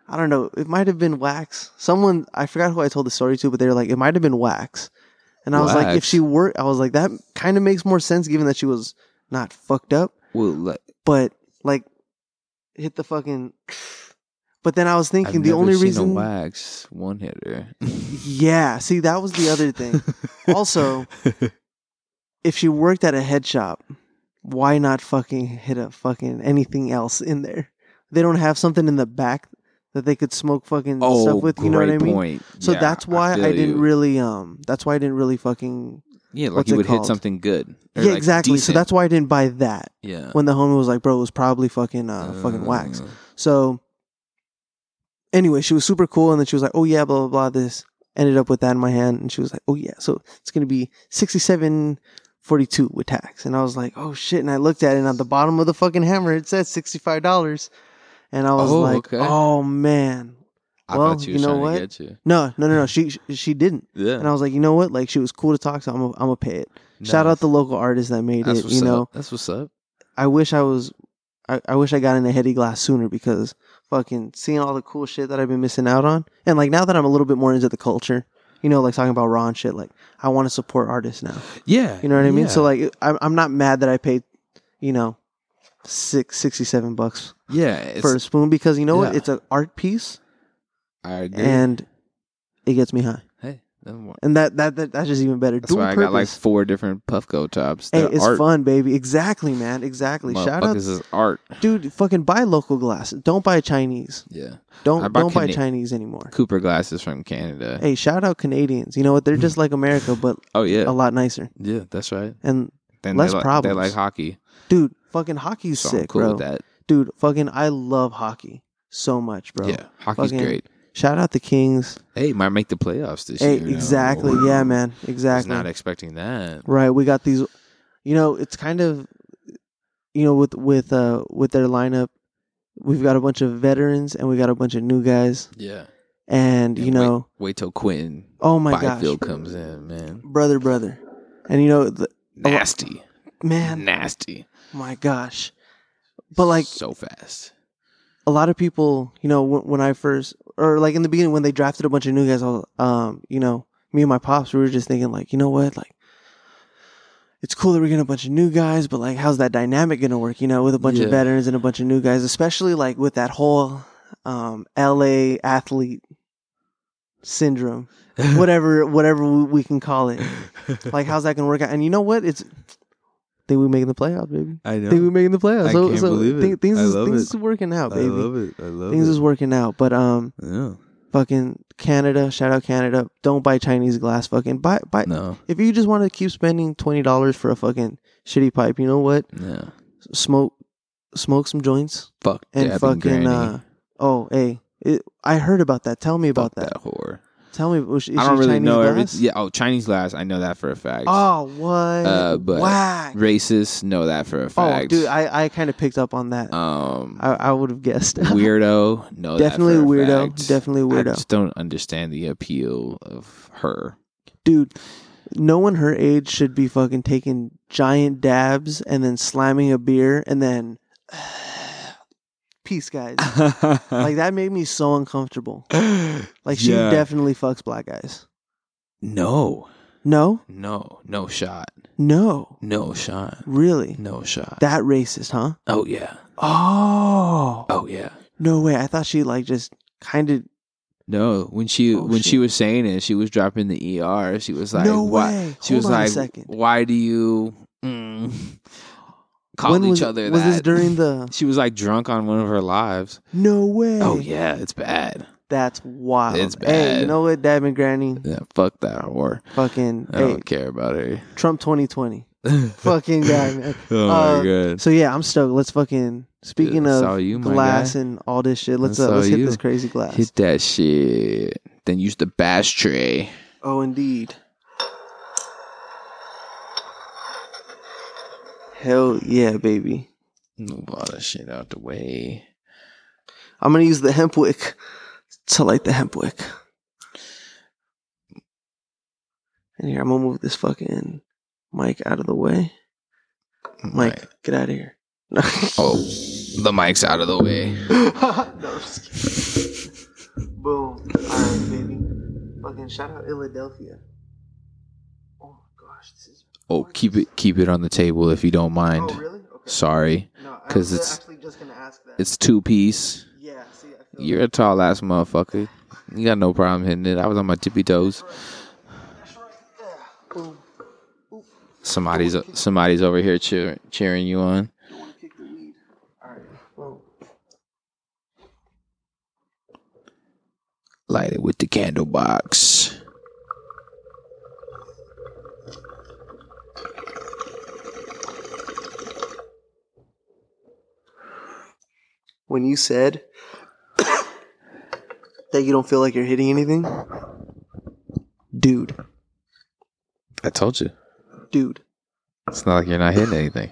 Speaker 2: I don't know. It might have been wax. Someone I forgot who I told the story to, but they were like, "It might have been wax." And I was like,
Speaker 1: Wax.
Speaker 2: "If she were," I was like, "That kind of makes more sense, given that she was not fucked up,
Speaker 1: well, like,
Speaker 2: but like hit the fucking." But then I was thinking
Speaker 1: I've
Speaker 2: the
Speaker 1: never
Speaker 2: only
Speaker 1: seen a
Speaker 2: reason,
Speaker 1: wax one hitter.
Speaker 2: yeah. See, that was the other thing. also, if she worked at a head shop, why not fucking hit up fucking anything else in there? They don't have something in the back that they could smoke fucking
Speaker 1: oh,
Speaker 2: stuff with. You know what
Speaker 1: great
Speaker 2: I mean?
Speaker 1: Point.
Speaker 2: So
Speaker 1: Yeah,
Speaker 2: that's why
Speaker 1: feel
Speaker 2: I, didn't
Speaker 1: you.
Speaker 2: really um. That's why I didn't really fucking
Speaker 1: Yeah, like
Speaker 2: what's
Speaker 1: you
Speaker 2: it
Speaker 1: would hit
Speaker 2: called?
Speaker 1: something good. or, like,
Speaker 2: yeah exactly. So
Speaker 1: decent.
Speaker 2: that's why I didn't buy that
Speaker 1: yeah.
Speaker 2: when the homie was like, bro, it was probably fucking uh, fucking wax.
Speaker 1: Uh,
Speaker 2: So anyway, she was super cool, and then she was like, "Oh yeah, blah blah blah." This ended up with that in my hand, and she was like, "Oh yeah, so it's gonna be sixty-seven forty-two with tax." And I was like, "Oh shit!" And I looked at it, and on the bottom of the fucking hammer, it said sixty-five dollars, and I was
Speaker 1: Oh,
Speaker 2: like,
Speaker 1: okay.
Speaker 2: "Oh man."
Speaker 1: I
Speaker 2: Well,
Speaker 1: thought
Speaker 2: you
Speaker 1: was
Speaker 2: know
Speaker 1: trying
Speaker 2: what?
Speaker 1: To get you.
Speaker 2: No, no, no, no. She she- she didn't,
Speaker 1: Yeah.
Speaker 2: and I was like, you know what? Like, she was cool to talk to. I'm i I'm gonna pay it. Shout
Speaker 1: Nice.
Speaker 2: out the local artist that made
Speaker 1: That's
Speaker 2: it.
Speaker 1: what's
Speaker 2: You know,
Speaker 1: up. that's what's up.
Speaker 2: I wish I was. I, I wish I got in a heady glass sooner because fucking seeing all the cool shit that I've been missing out on, and like now that I'm a little bit more into the culture, you know, like talking about raw and shit, like I want to support artists now.
Speaker 1: Yeah,
Speaker 2: You know what I mean?
Speaker 1: yeah.
Speaker 2: So like, I'm I'm not mad that I paid, you know, six sixty seven bucks
Speaker 1: yeah, it's,
Speaker 2: for a spoon because you know what?
Speaker 1: yeah.
Speaker 2: It's an art piece
Speaker 1: I agree.
Speaker 2: and it gets me high,
Speaker 1: hey, that's why
Speaker 2: and that that, that that's just even better.
Speaker 1: that's
Speaker 2: Dual
Speaker 1: why I got like
Speaker 2: purpose.
Speaker 1: four different Puffco tops.
Speaker 2: Hey,
Speaker 1: They're
Speaker 2: it's
Speaker 1: art.
Speaker 2: fun, baby. Exactly, man. Exactly. Shout
Speaker 1: Motherfuckers
Speaker 2: out,
Speaker 1: is art.
Speaker 2: dude. Fucking buy local glass. Don't buy Chinese.
Speaker 1: Yeah, I
Speaker 2: Don't
Speaker 1: bought
Speaker 2: don't buy
Speaker 1: Cana-
Speaker 2: Chinese anymore.
Speaker 1: Cooper glasses from Canada.
Speaker 2: Hey, shout out Canadians. You know what? They're just like America, but
Speaker 1: oh Hmm. yeah,
Speaker 2: a lot nicer.
Speaker 1: yeah, that's right.
Speaker 2: And
Speaker 1: Then
Speaker 2: Less
Speaker 1: they like,
Speaker 2: problems.
Speaker 1: They like hockey,
Speaker 2: dude, fucking hockey's
Speaker 1: so
Speaker 2: sick,
Speaker 1: I'm cool
Speaker 2: bro.
Speaker 1: with that.
Speaker 2: Dude, fucking I love hockey so much, bro.
Speaker 1: Yeah, hockey's
Speaker 2: Fucking-
Speaker 1: great.
Speaker 2: Shout out the Kings.
Speaker 1: Hey, might make the playoffs this
Speaker 2: Hey,
Speaker 1: year. you know?
Speaker 2: exactly. Yeah, man.
Speaker 1: Was
Speaker 2: Exactly.
Speaker 1: not expecting that.
Speaker 2: right. We got these you know, it's kind of you know, with with uh with their lineup, we've got a bunch of veterans and we got a bunch of new guys.
Speaker 1: Yeah,
Speaker 2: And, you
Speaker 1: And
Speaker 2: know,
Speaker 1: wait, wait till Quentin
Speaker 2: oh my gosh.
Speaker 1: Byfield comes in, man.
Speaker 2: Brother, brother. And you know, the,
Speaker 1: Nasty,
Speaker 2: Oh, man,
Speaker 1: nasty,
Speaker 2: my gosh. But like
Speaker 1: so fast.
Speaker 2: a lot of people, you know, when, when I first or like in the beginning when they drafted a bunch of new guys, I was, um, you know, me and my pops, we were just thinking like, you know what, like, it's cool that we're getting a bunch of new guys, but like, how's that dynamic gonna work? You know, with a bunch of
Speaker 1: Yeah.
Speaker 2: veterans and a bunch of new guys, especially like with that whole um, L.A. athlete syndrome, whatever, whatever we we can call it. Like, how's that gonna work out? And you know what, it's think we making the playoffs, baby.
Speaker 1: I know.
Speaker 2: Think we making the playoffs.
Speaker 1: I
Speaker 2: so,
Speaker 1: can't
Speaker 2: so
Speaker 1: believe it.
Speaker 2: thi- things
Speaker 1: I
Speaker 2: is,
Speaker 1: love
Speaker 2: things
Speaker 1: it.
Speaker 2: is working out, baby
Speaker 1: I love it. I love
Speaker 2: things
Speaker 1: it.
Speaker 2: is working out but um
Speaker 1: yeah.
Speaker 2: fucking canada shout out canada don't buy chinese glass fucking buy buy
Speaker 1: No.
Speaker 2: if you just want to keep spending $20 for a fucking shitty pipe you know what
Speaker 1: No.
Speaker 2: smoke smoke some joints
Speaker 1: Fuck
Speaker 2: and
Speaker 1: dabbing
Speaker 2: fucking
Speaker 1: granny.
Speaker 2: uh oh hey it, i heard about that tell me about
Speaker 1: Fuck
Speaker 2: that.
Speaker 1: that whore.
Speaker 2: tell me is, is
Speaker 1: I don't
Speaker 2: she
Speaker 1: really
Speaker 2: chinese
Speaker 1: know
Speaker 2: glass?
Speaker 1: everything. Yeah. Oh, Chinese glass. I know that for a fact.
Speaker 2: oh what
Speaker 1: Uh, but-
Speaker 2: Whack.
Speaker 1: Racist. Know that for a
Speaker 2: oh
Speaker 1: fact.
Speaker 2: dude i i kind of picked up on that
Speaker 1: um. oh,
Speaker 2: i i would have guessed
Speaker 1: weirdo. Know
Speaker 2: definitely
Speaker 1: that
Speaker 2: a
Speaker 1: for
Speaker 2: weirdo
Speaker 1: fact.
Speaker 2: definitely a
Speaker 1: I
Speaker 2: weirdo
Speaker 1: just don't understand the appeal of her.
Speaker 2: dude no one her age should be fucking taking giant dabs and then slamming a beer and then peace guys
Speaker 1: Uh.
Speaker 2: like that made me so uncomfortable like she
Speaker 1: Yeah.
Speaker 2: definitely fucks black guys
Speaker 1: no,
Speaker 2: no
Speaker 1: no, no shot,
Speaker 2: no
Speaker 1: no shot,
Speaker 2: really
Speaker 1: no shot.
Speaker 2: that racist huh
Speaker 1: oh yeah,
Speaker 2: oh
Speaker 1: oh yeah.
Speaker 2: no way i thought she like just kind of
Speaker 1: No, when she
Speaker 2: Oh,
Speaker 1: when she
Speaker 2: shit.
Speaker 1: was saying it, she was dropping the ER. She was like,
Speaker 2: No
Speaker 1: "Why?"
Speaker 2: way.
Speaker 1: She
Speaker 2: Hold
Speaker 1: was
Speaker 2: on a
Speaker 1: like,
Speaker 2: second.
Speaker 1: "Why do you?" Mm. called
Speaker 2: was,
Speaker 1: each other.
Speaker 2: Was this
Speaker 1: that.
Speaker 2: during the?
Speaker 1: She was like drunk on one of her lives.
Speaker 2: No way.
Speaker 1: Oh yeah, it's bad.
Speaker 2: that's wild.
Speaker 1: It's
Speaker 2: Hey, you
Speaker 1: bad.
Speaker 2: know what, Dad and Granny,
Speaker 1: Yeah, fuck that whore.
Speaker 2: fucking
Speaker 1: I
Speaker 2: hey,
Speaker 1: don't care about her.
Speaker 2: Trump twenty twenty, fucking guy, man.
Speaker 1: Oh
Speaker 2: Uh,
Speaker 1: my god.
Speaker 2: So yeah, I'm stoked. Let's fucking speaking
Speaker 1: That's all
Speaker 2: of
Speaker 1: you, my
Speaker 2: glass
Speaker 1: guy.
Speaker 2: and all this shit. Let's
Speaker 1: That's
Speaker 2: uh, let's
Speaker 1: all
Speaker 2: hit
Speaker 1: you.
Speaker 2: this crazy glass.
Speaker 1: Hit that shit. Then use the bass tray.
Speaker 2: Oh, indeed. Hell yeah, baby.
Speaker 1: Move all that shit out the way.
Speaker 2: I'm gonna use the hemp wick to light the hemp wick. And here, I'm gonna move this fucking mic out of the way. Mike,
Speaker 1: Right.
Speaker 2: get out of here.
Speaker 1: Oh, the mic's out of the way.
Speaker 2: no, I'm just kidding. Boom. All right, baby. Fucking shout out Philadelphia. Oh my gosh, this is.
Speaker 1: Oh, keep it keep it on the table if you don't mind.
Speaker 2: Oh really? Okay.
Speaker 1: Sorry.
Speaker 2: No, I
Speaker 1: 'Cause
Speaker 2: was
Speaker 1: it's-
Speaker 2: actually just gonna ask that.
Speaker 1: It's two piece.
Speaker 2: yeah. See, I feel
Speaker 1: You're a tall ass motherfucker. You got no problem hitting it. I was on my tippy toes.
Speaker 2: Boom.
Speaker 1: Somebody's somebody's over here cheer, cheering you on.
Speaker 2: Don't wanna kick the weed. All right. Well,
Speaker 1: Light it with the candle box.
Speaker 2: when you said that you don't feel like you're hitting anything, dude,
Speaker 1: I told you.
Speaker 2: dude.
Speaker 1: It's not like you're not hitting anything.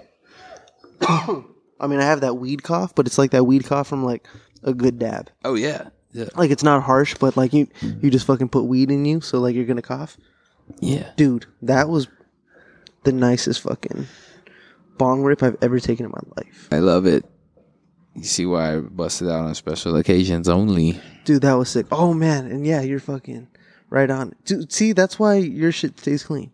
Speaker 2: I mean, I have that weed cough, but it's like that weed cough from like a good dab.
Speaker 1: Oh yeah. Yeah.
Speaker 2: like it's not harsh, but like you you just fucking put weed in you, so like you're gonna cough.
Speaker 1: Yeah.
Speaker 2: Dude, that was the nicest fucking bong rip I've ever taken in my life.
Speaker 1: I love it. You see why I busted out on special occasions only.
Speaker 2: Dude, that was sick. Oh man, and yeah, you're fucking right on. Dude, see, that's why your shit stays clean.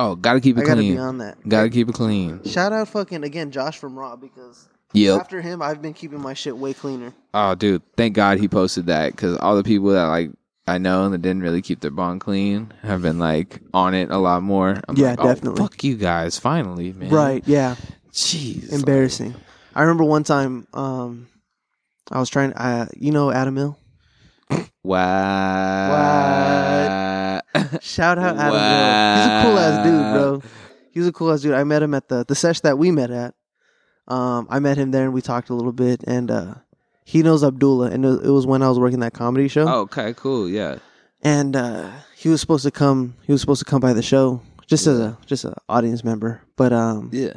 Speaker 1: Oh, gotta keep it
Speaker 2: I gotta
Speaker 1: clean.
Speaker 2: be on that.
Speaker 1: Gotta keep it clean.
Speaker 2: Shout out fucking again Josh from Raw because
Speaker 1: Yep.
Speaker 2: after him I've been keeping my shit way cleaner.
Speaker 1: Oh, dude, thank God he posted that because all the people that like I know that didn't really keep their bond clean have been like on it a lot more. I'm
Speaker 2: Yeah,
Speaker 1: like, oh,
Speaker 2: definitely.
Speaker 1: fuck you guys, finally, man.
Speaker 2: Right, yeah.
Speaker 1: Jeez.
Speaker 2: Embarrassing. I remember one time um I was trying uh you know Adam Hill?
Speaker 1: Wow.
Speaker 2: Shout out Adam Hill. He's a cool ass dude, bro. He's a cool ass dude. I met him at the the sesh that we met at. Um, I met him there and we talked a little bit, and uh, he knows Abdullah, and it it was when I was working that comedy show,
Speaker 1: oh, okay, cool. Yeah.
Speaker 2: and uh, he was supposed to come. He was supposed to come by the show just as a just a audience member, but um,
Speaker 1: Yeah.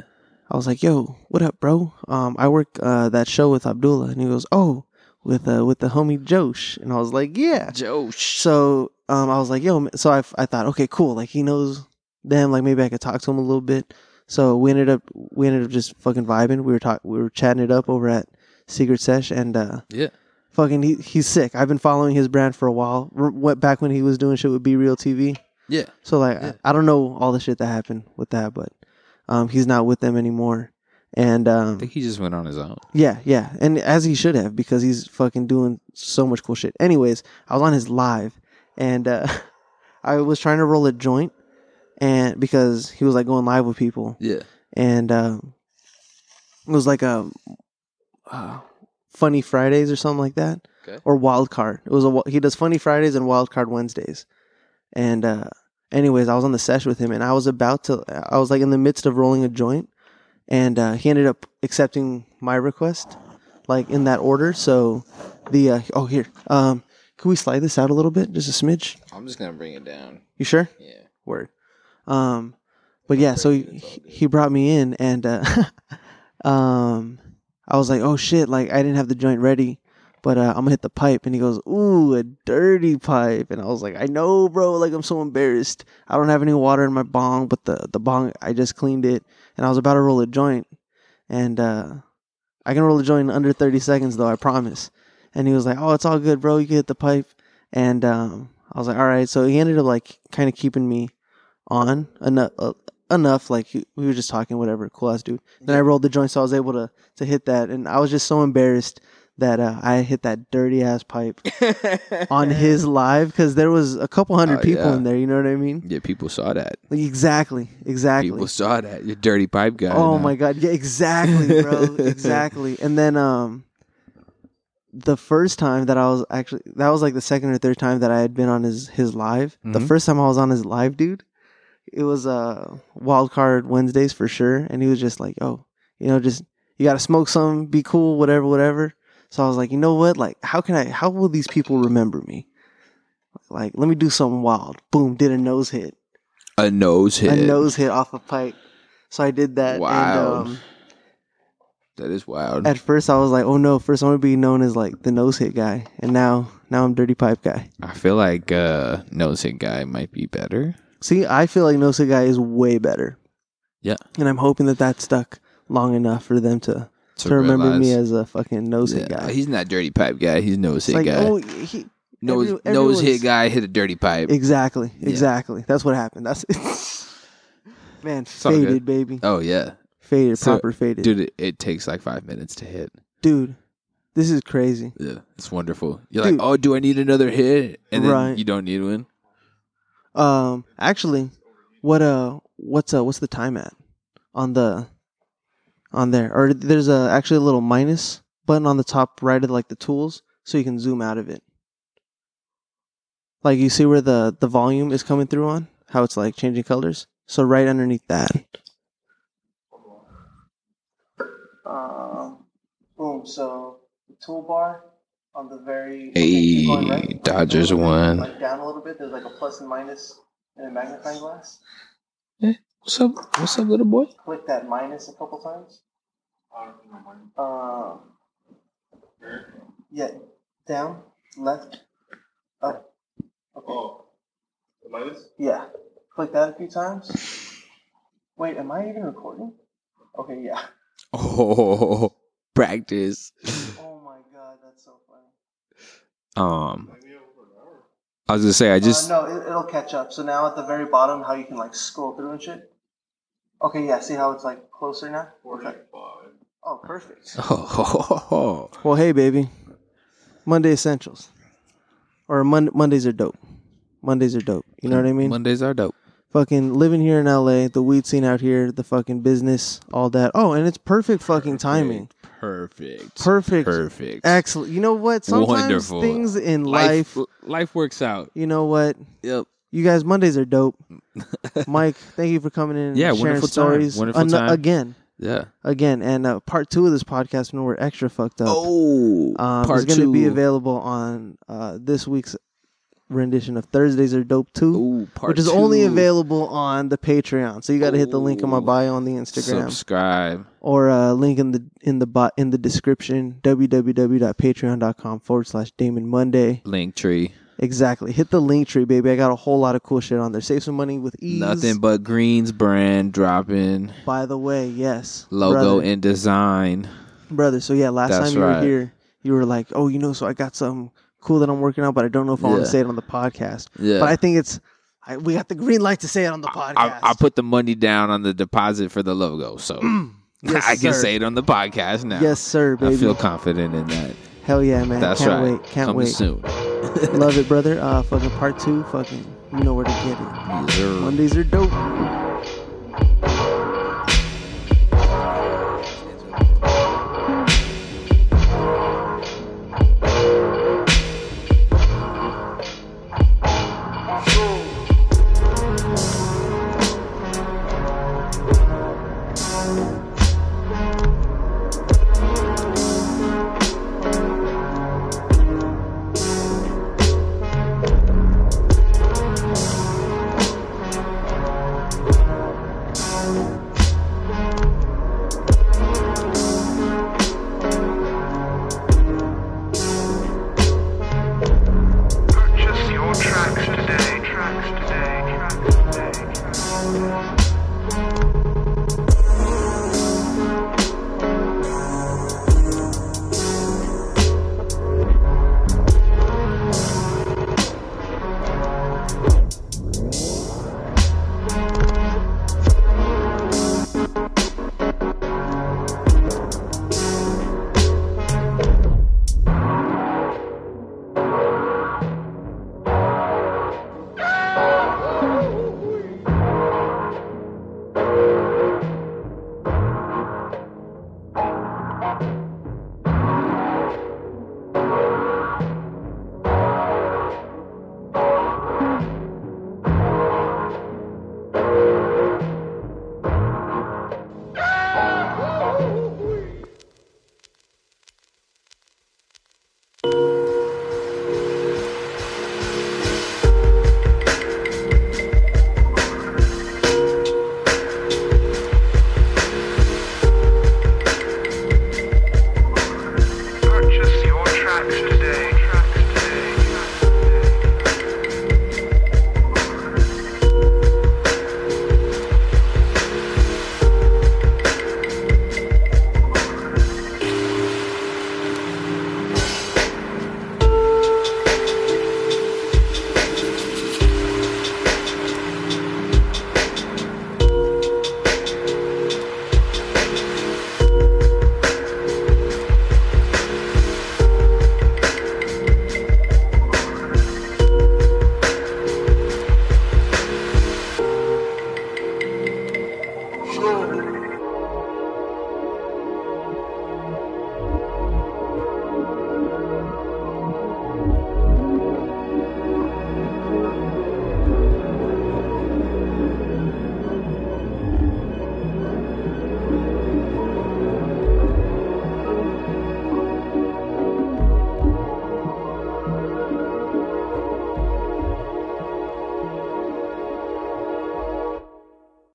Speaker 2: I was like, "Yo, what up, bro? Um, I work uh that show with Abdullah," and he goes, "Oh, with uh with the homie Josh," and I was like, "Yeah."
Speaker 1: Joe.
Speaker 2: So um, I was like, yo, so I, I thought, okay, cool. Like he knows them. Like maybe I could talk to him a little bit. So we ended up we ended up just fucking vibing. We were talk we were chatting it up over at Secret Sesh and uh,
Speaker 1: Yeah.
Speaker 2: fucking he he's sick. I've been following his brand for a while. R- went back when he was doing shit with Be Real TV.
Speaker 1: Yeah.
Speaker 2: So like
Speaker 1: Yeah.
Speaker 2: I, I don't know all the shit that happened with that, but um, he's not with them anymore. And um,
Speaker 1: I think he just went on his own.
Speaker 2: yeah, yeah, and as he should have because he's fucking doing so much cool shit. Anyways, I was on his live, and uh, I was trying to roll a joint, and because he was like going live with people,
Speaker 1: Yeah.
Speaker 2: and um, it was like a uh, Funny Fridays or something like that,
Speaker 1: Okay.
Speaker 2: or Wild Card. It was a wa- he does Funny Fridays and Wild Card Wednesdays, and uh, anyways, I was on the sesh with him, and I was about to, I was like in the midst of rolling a joint, and uh, he ended up accepting my request, like in that order. So the uh, oh here, um, can we slide this out a little bit, just a smidge?
Speaker 1: I'm just gonna bring it down.
Speaker 2: You sure?
Speaker 1: Yeah.
Speaker 2: word. Um, but yeah, so he, he brought me in, and uh, um, I was like, oh shit, like I didn't have the joint ready, but uh, I'm gonna hit the pipe, and he goes, ooh, a dirty pipe, and I was like, I know, bro, like I'm so embarrassed. I don't have any water in my bong, but the the bong I just cleaned it, and I was about to roll a joint, and uh, I can roll a joint in under 30 seconds though, I promise. And he was like, oh, it's all good, bro, you can hit the pipe, and um. I was like, all right. So he ended up like kind of keeping me on enough, uh, enough. Like he- we were just talking, whatever, cool ass dude. Then I rolled the joint, so I was able to to hit that, and I was just so embarrassed that uh, I hit that dirty ass pipe on his live because there was a couple hundred
Speaker 1: Oh,
Speaker 2: people
Speaker 1: yeah.
Speaker 2: in there. You know what I mean?
Speaker 1: Yeah, people saw that.
Speaker 2: Like, exactly, exactly.
Speaker 1: People saw that. Your dirty pipe guy.
Speaker 2: Oh
Speaker 1: now.
Speaker 2: my god, yeah, exactly, bro, exactly. And then um, the first time that I was actually that was like the second or third time that I had been on his his live. The
Speaker 1: Mhm.
Speaker 2: first time I was on his live, dude, it was uh wild card Wednesdays for sure, and he was just like, oh, you know, just you gotta smoke some, be cool, whatever, whatever. So I was like, you know what, like, how can I? How will these people remember me? Like, let me do something wild. Boom, did a nose hit
Speaker 1: A nose hit.
Speaker 2: a nose hit off a pike. So I did that.
Speaker 1: Wow.
Speaker 2: And, um,
Speaker 1: That is wild.
Speaker 2: at first, I was like, "Oh no!" First, I'm gonna be known as like the nose hit guy, and now, now I'm dirty pipe guy.
Speaker 1: I feel like uh, nose hit guy might be better.
Speaker 2: See, I feel like nose hit guy is way better.
Speaker 1: Yeah.
Speaker 2: And I'm hoping that that stuck long enough for them to to, remember me as a fucking nose hit guy.
Speaker 1: He's not dirty pipe guy. He's nose hit
Speaker 2: It's like,
Speaker 1: guy.
Speaker 2: oh, he,
Speaker 1: nose
Speaker 2: every-
Speaker 1: nose
Speaker 2: everyone's-
Speaker 1: hit guy hit a dirty pipe.
Speaker 2: exactly,
Speaker 1: Yeah.
Speaker 2: exactly. That's what happened. That's it. Man,
Speaker 1: all good.
Speaker 2: faded, baby,
Speaker 1: oh yeah,
Speaker 2: faded,
Speaker 1: So,
Speaker 2: proper faded,
Speaker 1: dude. It, it takes like five minutes to hit.
Speaker 2: Dude, this is crazy.
Speaker 1: Yeah, it's wonderful. You're
Speaker 2: Dude.
Speaker 1: like, oh, do I need another hit? And then
Speaker 2: Right.
Speaker 1: you don't need one.
Speaker 2: Um, actually, what uh, what's uh, what's the time at on the on there? Or there's a actually a little minus button on the top right of like the tools, so you can zoom out of it. Like you see where the the volume is coming through on how it's like changing colors. So right underneath that,
Speaker 4: Um, boom. So the toolbar on the very
Speaker 1: Hey,
Speaker 4: keep going right,
Speaker 1: Dodgers
Speaker 4: like,
Speaker 1: won.
Speaker 4: Like down a little bit. There's like a plus and minus and a magnifying glass.
Speaker 1: What's up? What's up, little boy?
Speaker 4: Click that minus a couple times. Um. Yeah. Down. Left. Up.
Speaker 5: Oh, the minus?
Speaker 4: Yeah. Click that a few times. Wait, am I even recording? Okay. Yeah.
Speaker 1: Oh, practice.
Speaker 4: Oh my god, that's so funny.
Speaker 1: Um,
Speaker 5: Like, we have over an hour.
Speaker 1: I was gonna say, I just
Speaker 4: Uh, no, it, it'll catch up. So now at the very bottom, how you can like scroll through and shit. Okay, yeah. See how it's like closer now. Okay.
Speaker 5: Forty-five.
Speaker 4: Oh, perfect.
Speaker 2: Uh,
Speaker 1: oh,
Speaker 2: well, hey baby, Monday essentials, or Mon- Mondays are dope. Mondays are dope. You know what I mean?
Speaker 1: Mondays are dope.
Speaker 2: fucking living here in LA, the weed scene out here, the fucking business, all that. Oh, and it's perfect fucking timing.
Speaker 1: Perfect.
Speaker 2: Perfect.
Speaker 1: Perfect.
Speaker 2: Excellent. You know what? Sometimes
Speaker 1: Wonderful.
Speaker 2: things in life,
Speaker 1: life works out.
Speaker 2: you know what?
Speaker 1: Yep.
Speaker 2: You guys, Mondays are dope. Mike, thank you for coming in. and
Speaker 1: Yeah,
Speaker 2: sharing
Speaker 1: wonderful time.
Speaker 2: stories.
Speaker 1: Wonderful
Speaker 2: Ano-
Speaker 1: time.
Speaker 2: Again,
Speaker 1: Yeah.
Speaker 2: again, and uh, part two of this podcast when we're extra fucked up.
Speaker 1: Oh,
Speaker 2: um,
Speaker 1: part
Speaker 2: is going to be
Speaker 1: two.
Speaker 2: available on uh, this week's rendition of Thursdays are dope too.
Speaker 1: Ooh, part
Speaker 2: which is only
Speaker 1: two.
Speaker 2: available on the Patreon. So you got to hit the link in my
Speaker 1: Oh.
Speaker 2: bio on the Instagram
Speaker 1: Subscribe.
Speaker 2: or uh, link in the in the bot in the description www.patreon.com forward slash Damon Monday.
Speaker 1: Link tree.
Speaker 2: Exactly. Hit the link tree, baby. I got a whole lot of cool shit on there. Save some money with ease.
Speaker 1: Nothing but greens brand dropping
Speaker 2: By the way, yes.
Speaker 1: logo
Speaker 2: brother.
Speaker 1: and design.
Speaker 2: brother. So yeah, last
Speaker 1: That's
Speaker 2: time you were
Speaker 1: right.
Speaker 2: here, you were like, "Oh, you know, so I got something cool that I'm working on, but I don't know if I want
Speaker 1: Yeah.
Speaker 2: to say it on the podcast."
Speaker 1: Yeah.
Speaker 2: But I think it's I, we got the green light to say it on the podcast.
Speaker 1: I, I put the money down on the deposit for the logo, so
Speaker 2: Yes,
Speaker 1: I can
Speaker 2: sir.
Speaker 1: say it on the podcast now.
Speaker 2: yes, sir, baby.
Speaker 1: I feel confident in that.
Speaker 2: Hell yeah, man.
Speaker 1: That's
Speaker 2: Can't
Speaker 1: right.
Speaker 2: wait. Can't
Speaker 1: Coming
Speaker 2: wait.
Speaker 1: soon.
Speaker 2: Love it, brother. Uh, fucking part two. Fucking, you know where to get it.
Speaker 1: Yes, sir.
Speaker 2: Mondays are dope.
Speaker 3: Purchase your tracks today, tracks today, tracks today, tracks today.